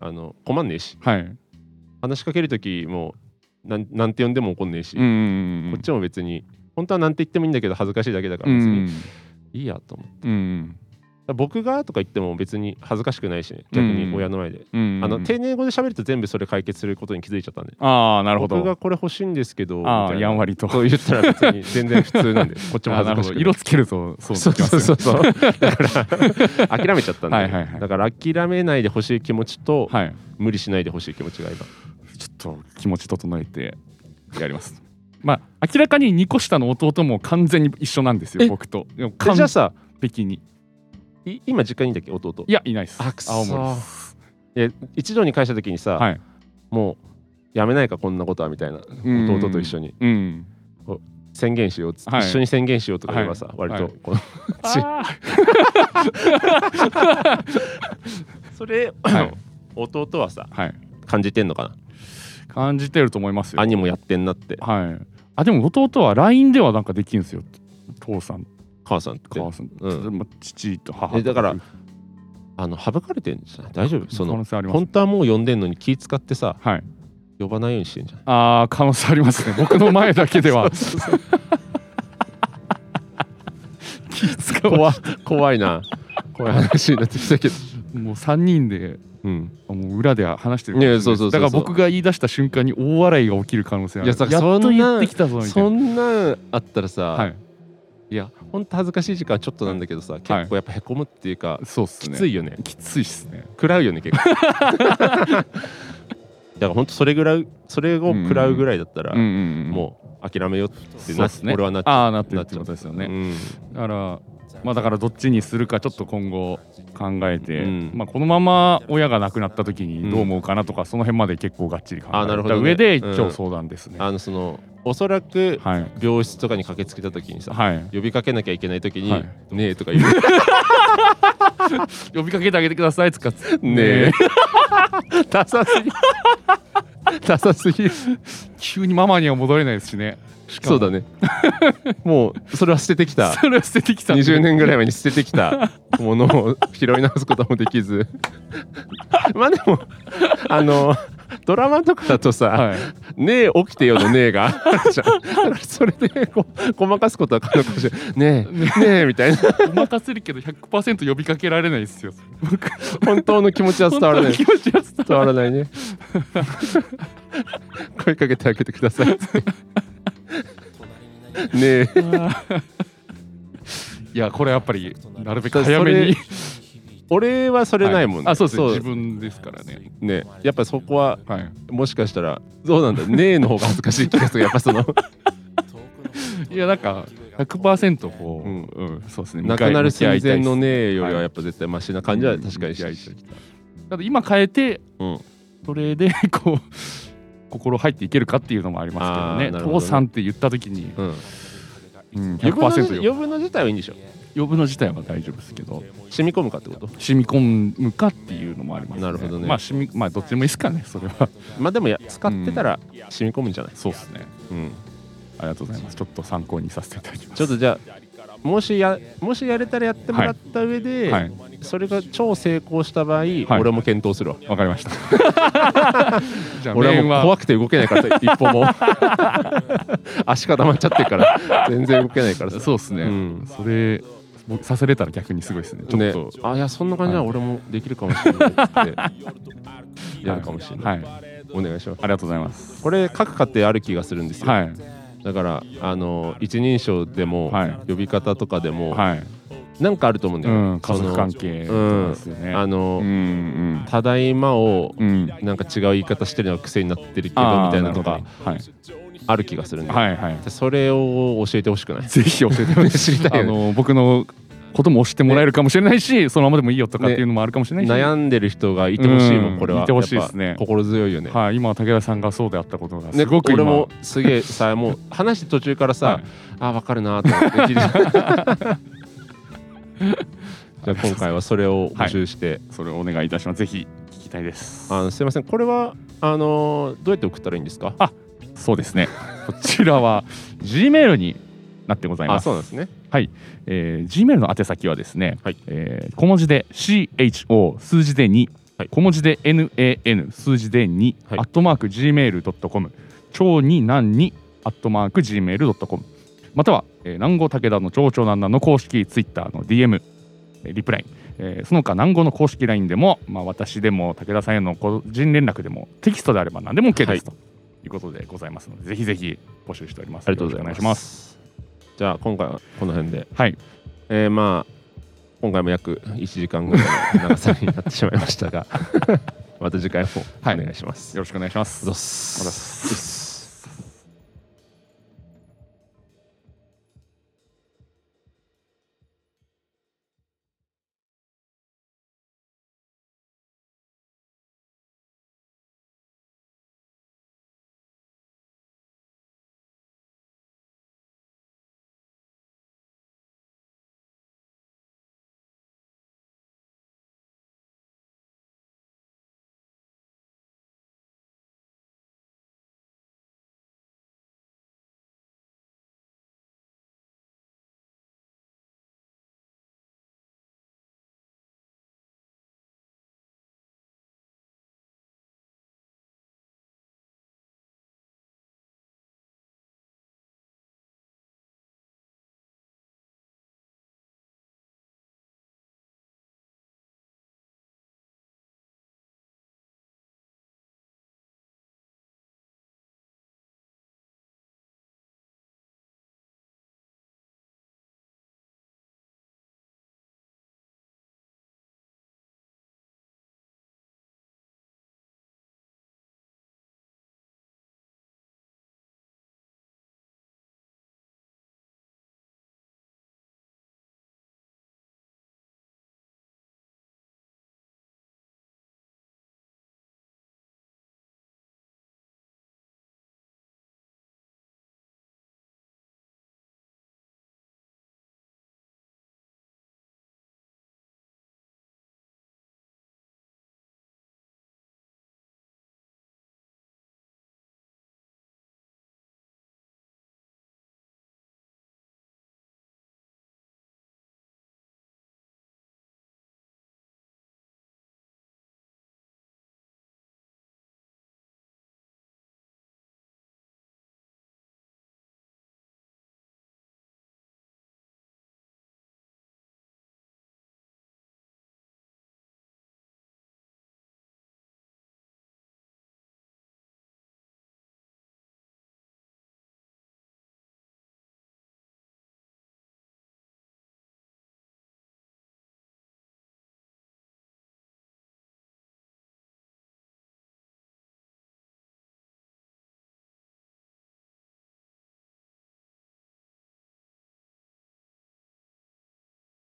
Speaker 1: あの困んねえし
Speaker 2: はい
Speaker 1: 話しかける時もなんなんて呼んでも怒んねえし、
Speaker 2: ん
Speaker 1: こっちも別に本当はなんて言ってもいいんだけど恥ずかしいだけだか
Speaker 2: う
Speaker 1: ら別に
Speaker 2: ん
Speaker 1: いいやと思って
Speaker 2: うん
Speaker 1: だから僕がとか言っても別に恥ずかしくないしね逆に親の前で、
Speaker 2: うん
Speaker 1: あの丁寧語で喋ると全部それ解決することに気づいちゃったんで、
Speaker 2: ああなるほ
Speaker 1: 僕が
Speaker 2: ど
Speaker 1: これ欲しいんですけど
Speaker 2: あ
Speaker 1: み
Speaker 2: あ
Speaker 1: たいな
Speaker 2: やんわりと
Speaker 1: そう言ったら別に全然普通なんでこっちも
Speaker 2: [laughs] あ
Speaker 1: 恥
Speaker 2: な
Speaker 1: ずかしく
Speaker 2: るほど
Speaker 1: ない
Speaker 2: 色つけるとそう
Speaker 1: そう
Speaker 2: なります
Speaker 1: そ
Speaker 2: よ
Speaker 1: う
Speaker 2: ね
Speaker 1: そうそうだから諦めちゃったんで、
Speaker 2: はいはいはい
Speaker 1: だから諦めないでほしい気持ちと、
Speaker 2: はい
Speaker 1: 無理しないでほしい気持ちが今
Speaker 2: ちょっと気持ち整えてやります。まあ明らかに2個下の弟も完全に一緒なんですよ
Speaker 1: え
Speaker 2: 僕と。でも
Speaker 1: え
Speaker 2: 完
Speaker 1: じゃあさ
Speaker 2: 璧に。
Speaker 1: い今実家にいんだっけ弟
Speaker 2: いやいないです。
Speaker 1: あくそ
Speaker 2: 青森です。
Speaker 1: え一条に返した時にさ、
Speaker 2: はい。
Speaker 1: もうやめないかこんなことはみたいな弟と一緒に
Speaker 2: うん。
Speaker 1: 宣言しようっつって、
Speaker 2: はい
Speaker 1: 一緒に宣言しようとか言えばさ、
Speaker 2: はい
Speaker 1: 割
Speaker 2: はい
Speaker 1: とこの、
Speaker 2: あ
Speaker 1: それ、
Speaker 2: はい
Speaker 1: 弟はさ
Speaker 2: ー [laughs] はい
Speaker 1: 感じてんのか
Speaker 2: 感じてると思いますよ
Speaker 1: な兄もやってんなって
Speaker 2: はいあでも弟は LINE ではなんかできるんですよ父さん
Speaker 1: 母さんって
Speaker 2: 母さん、
Speaker 1: うん
Speaker 2: まあ父と母
Speaker 1: えだからあの省かれてんじゃない大丈夫そ
Speaker 2: 可能
Speaker 1: の
Speaker 2: 性あります
Speaker 1: 本当はもう呼んでんのに気使ってさ
Speaker 2: はい
Speaker 1: 呼ばないようにしてんじゃない
Speaker 2: ああ可能性あります
Speaker 1: [laughs]
Speaker 2: ね僕の前だけでは気使わ
Speaker 1: 怖い [laughs] 怖いな怖い話になってきたけど
Speaker 2: もう3人で
Speaker 1: うん
Speaker 2: もう裏で話してる
Speaker 1: いやそうそうそうそう
Speaker 2: だから僕が言い出した瞬間に大笑いが起きる可能性あ
Speaker 1: い
Speaker 2: る
Speaker 1: やさ
Speaker 2: っ
Speaker 1: そん
Speaker 2: と
Speaker 1: な
Speaker 2: 言ってきたぞみたい
Speaker 1: そ
Speaker 2: なん
Speaker 1: なんあったらさ、
Speaker 2: はい
Speaker 1: い、やほんと恥ずかしい時間ちょっとなんだけどさ結構やっぱへこむっていうか、
Speaker 2: そうっす
Speaker 1: き
Speaker 2: ね
Speaker 1: ついよね
Speaker 2: きついっすね
Speaker 1: 食らうよね [laughs] 結構だからほんとそれぐらいそれを食らうぐらいだったら、
Speaker 2: うんうんうん
Speaker 1: もう諦めようって
Speaker 2: そう
Speaker 1: な
Speaker 2: っすね
Speaker 1: 俺はなっちゃ
Speaker 2: ああなってる
Speaker 1: な
Speaker 2: っ
Speaker 1: っち
Speaker 2: て
Speaker 1: ゃう
Speaker 2: ことですよ
Speaker 1: う
Speaker 2: ね
Speaker 1: うん
Speaker 2: だからまあだからどっちにするかちょっと今後考えて、
Speaker 1: うん
Speaker 2: まあこのまま親が亡くなった時にどう思うかなとか、その辺まで結構がっちり考
Speaker 1: あー
Speaker 2: え
Speaker 1: なるほ
Speaker 2: た
Speaker 1: どね
Speaker 2: 上で一
Speaker 1: うん
Speaker 2: 応相談ですね、
Speaker 1: あのそのおそらく
Speaker 2: はい
Speaker 1: 病室とかに駆けつけた時にさ、
Speaker 2: はい
Speaker 1: 呼びかけなきゃいけない時に「
Speaker 2: はい
Speaker 1: ねえ」とか言う
Speaker 2: 呼びかけてあげてくださいつか
Speaker 1: 「ねえ」 [laughs] ダサすぎ [laughs] ダサすぎる
Speaker 2: 急にママには戻れないですしねしか
Speaker 1: そ
Speaker 2: も
Speaker 1: うだねもうそれは捨ててき [laughs] た
Speaker 2: それを捨ててきたんで
Speaker 1: 20年ぐらい前に捨ててき
Speaker 2: [laughs]
Speaker 1: たものを拾い直すこともできず [laughs] まあでもあのドラマとかだとさ「
Speaker 2: はい
Speaker 1: ねえ起きてよ」の「ねえ」が [laughs] あるじゃんだからそれでこうごまかすことは可能かもしれ [laughs] ない「ねえねえ」みたいな
Speaker 2: ごまかせるけど100%呼びかけられないですよ。 [laughs]
Speaker 1: 本当の気持ちは伝わらない
Speaker 2: 本当の気持ちは伝
Speaker 1: 伝わらないね声かけてあげてくだ
Speaker 2: [laughs]
Speaker 1: さいねえ
Speaker 2: わらない。いやこれやっぱりなるべく
Speaker 1: だから
Speaker 2: 早
Speaker 1: それ
Speaker 2: めに。
Speaker 1: 俺はそれないもんね、
Speaker 2: あそうですね自分ですからね。
Speaker 1: ねやっぱそこは
Speaker 2: はい。
Speaker 1: もしかしたらどうなんだねえの方が恥ずかしい気がするやっぱその
Speaker 2: いやなんか100%こう、
Speaker 1: う
Speaker 2: うんんそうですね。
Speaker 1: 亡くなる寸前の
Speaker 2: 向き合いたいっ
Speaker 1: ねえよりは
Speaker 2: はい
Speaker 1: やっぱ絶対マシな感じは確かにし
Speaker 2: 向き合い
Speaker 1: してきた
Speaker 2: す。だって今変えて
Speaker 1: うん
Speaker 2: それで [laughs] こう心入っていけるかっていうのもありま
Speaker 1: あーな
Speaker 2: すけど
Speaker 1: る
Speaker 2: ね。
Speaker 1: ほどね
Speaker 2: 父さんって言った時に、
Speaker 1: うん
Speaker 2: うん、
Speaker 1: 余分の
Speaker 2: 100%
Speaker 1: 余分の自体はいいんでしょ
Speaker 2: 呼ぶの自体は大丈夫ですけど。
Speaker 1: 染み込むかってこと
Speaker 2: 染み込むかっていうのもあります、ね。
Speaker 1: なるほどね
Speaker 2: まあ染みまあどっちでもいいですかね。それ
Speaker 1: [laughs]
Speaker 2: は。
Speaker 1: まあでもや使ってたら染み込むんじゃない、
Speaker 2: そうですね。
Speaker 1: うん、
Speaker 2: ありがとうございます。ちょっと参考にさせていただきます。
Speaker 1: ちょっとじゃあもしやもしやれたらやってもらった上で、
Speaker 2: はい
Speaker 1: それが超成功した場合、俺も検討するわ
Speaker 2: わか
Speaker 1: [laughs]
Speaker 2: りました。じゃあ
Speaker 1: 俺は
Speaker 2: 面
Speaker 1: もう
Speaker 2: は
Speaker 1: 怖くて動けない [laughs] から一歩も足固まっちゃってるから全然動けないからさ
Speaker 2: そうですね。
Speaker 1: うん
Speaker 2: それ僕させれたら逆にすごいですね。ちょっと、
Speaker 1: ね、あいやそんな感じなら
Speaker 2: は
Speaker 1: 俺もできるかもしれないってやるかもしれない、
Speaker 2: はい。あり
Speaker 1: お願いします
Speaker 2: がとうございます。
Speaker 1: これ各家庭ある気がするんですよ、
Speaker 2: はい
Speaker 1: だからあの一人称でも、
Speaker 2: はい
Speaker 1: 呼び方とかでも、
Speaker 2: はい。
Speaker 1: なんかあると思うんだ
Speaker 2: う
Speaker 1: よね、
Speaker 2: ん家
Speaker 1: そ
Speaker 2: 族
Speaker 1: の
Speaker 2: 関係と
Speaker 1: う
Speaker 2: か
Speaker 1: ん
Speaker 2: ですよね。
Speaker 1: あの、
Speaker 2: うんうん
Speaker 1: ただいまを
Speaker 2: うん。
Speaker 1: なんか違う言い方してるのが癖になってるけど
Speaker 2: あー
Speaker 1: みたいなのと
Speaker 2: る
Speaker 1: か
Speaker 2: ほどはい
Speaker 1: ある気がするんで、
Speaker 2: はいはい。
Speaker 1: でそれを教えてほしくない
Speaker 2: [laughs] ぜひ教えてほしい。
Speaker 1: 知りたい
Speaker 2: あ
Speaker 1: よね
Speaker 2: の僕のことも押してもらえるかもしれないし、そのままでもいいよとかっていうのもあるかもしれないし。
Speaker 1: 悩んでる人がいてほしいも
Speaker 2: うん
Speaker 1: んこれは、
Speaker 2: いてほしいですね
Speaker 1: やっぱ心強いよね、
Speaker 2: はい、今武田さんがそうであったことが
Speaker 1: ね
Speaker 2: すごく
Speaker 1: 俺
Speaker 2: 今、
Speaker 1: もすげえさもう話して途中からさ、
Speaker 2: はい
Speaker 1: あ分かるなと思って聞いて
Speaker 2: [laughs]
Speaker 1: じゃあ今回はそれを募集して、
Speaker 2: それをお願いいたします。ぜひ聞きたいです。
Speaker 1: あのすいませんこれはあのどうやって送ったらいいんですか
Speaker 2: あそうですね。こちらは G メールになってござい
Speaker 1: あ
Speaker 2: ます。
Speaker 1: そうなんですね
Speaker 2: えー、G メールの宛先はですね、
Speaker 1: はい
Speaker 2: えー小文字で CHO 数字で2、
Speaker 1: はい
Speaker 2: 小文字で NAN 数字で2、
Speaker 1: はい
Speaker 2: アットマーク Gmail.com 超になんにアットマーク Gmail.com または、えー、南郷武田の町長なんなんの公式ツイッターの DM えーリプライン、えーその他南郷の公式 LINE でも、まあ、私でも武田さんへの個人連絡でもテキストであれば何でも OK です、ということでございますのでぜひぜひ募集しております
Speaker 1: ありがとうございま
Speaker 2: よろし
Speaker 1: す
Speaker 2: くお願いします
Speaker 1: じゃあ今回はこの辺で
Speaker 2: はい
Speaker 1: えー、まあ今回も約1時間ぐらいの長さになって [laughs] しまいましたがまた次回もお願いします、
Speaker 2: よろしくお願いします
Speaker 1: どうっす
Speaker 2: どうっす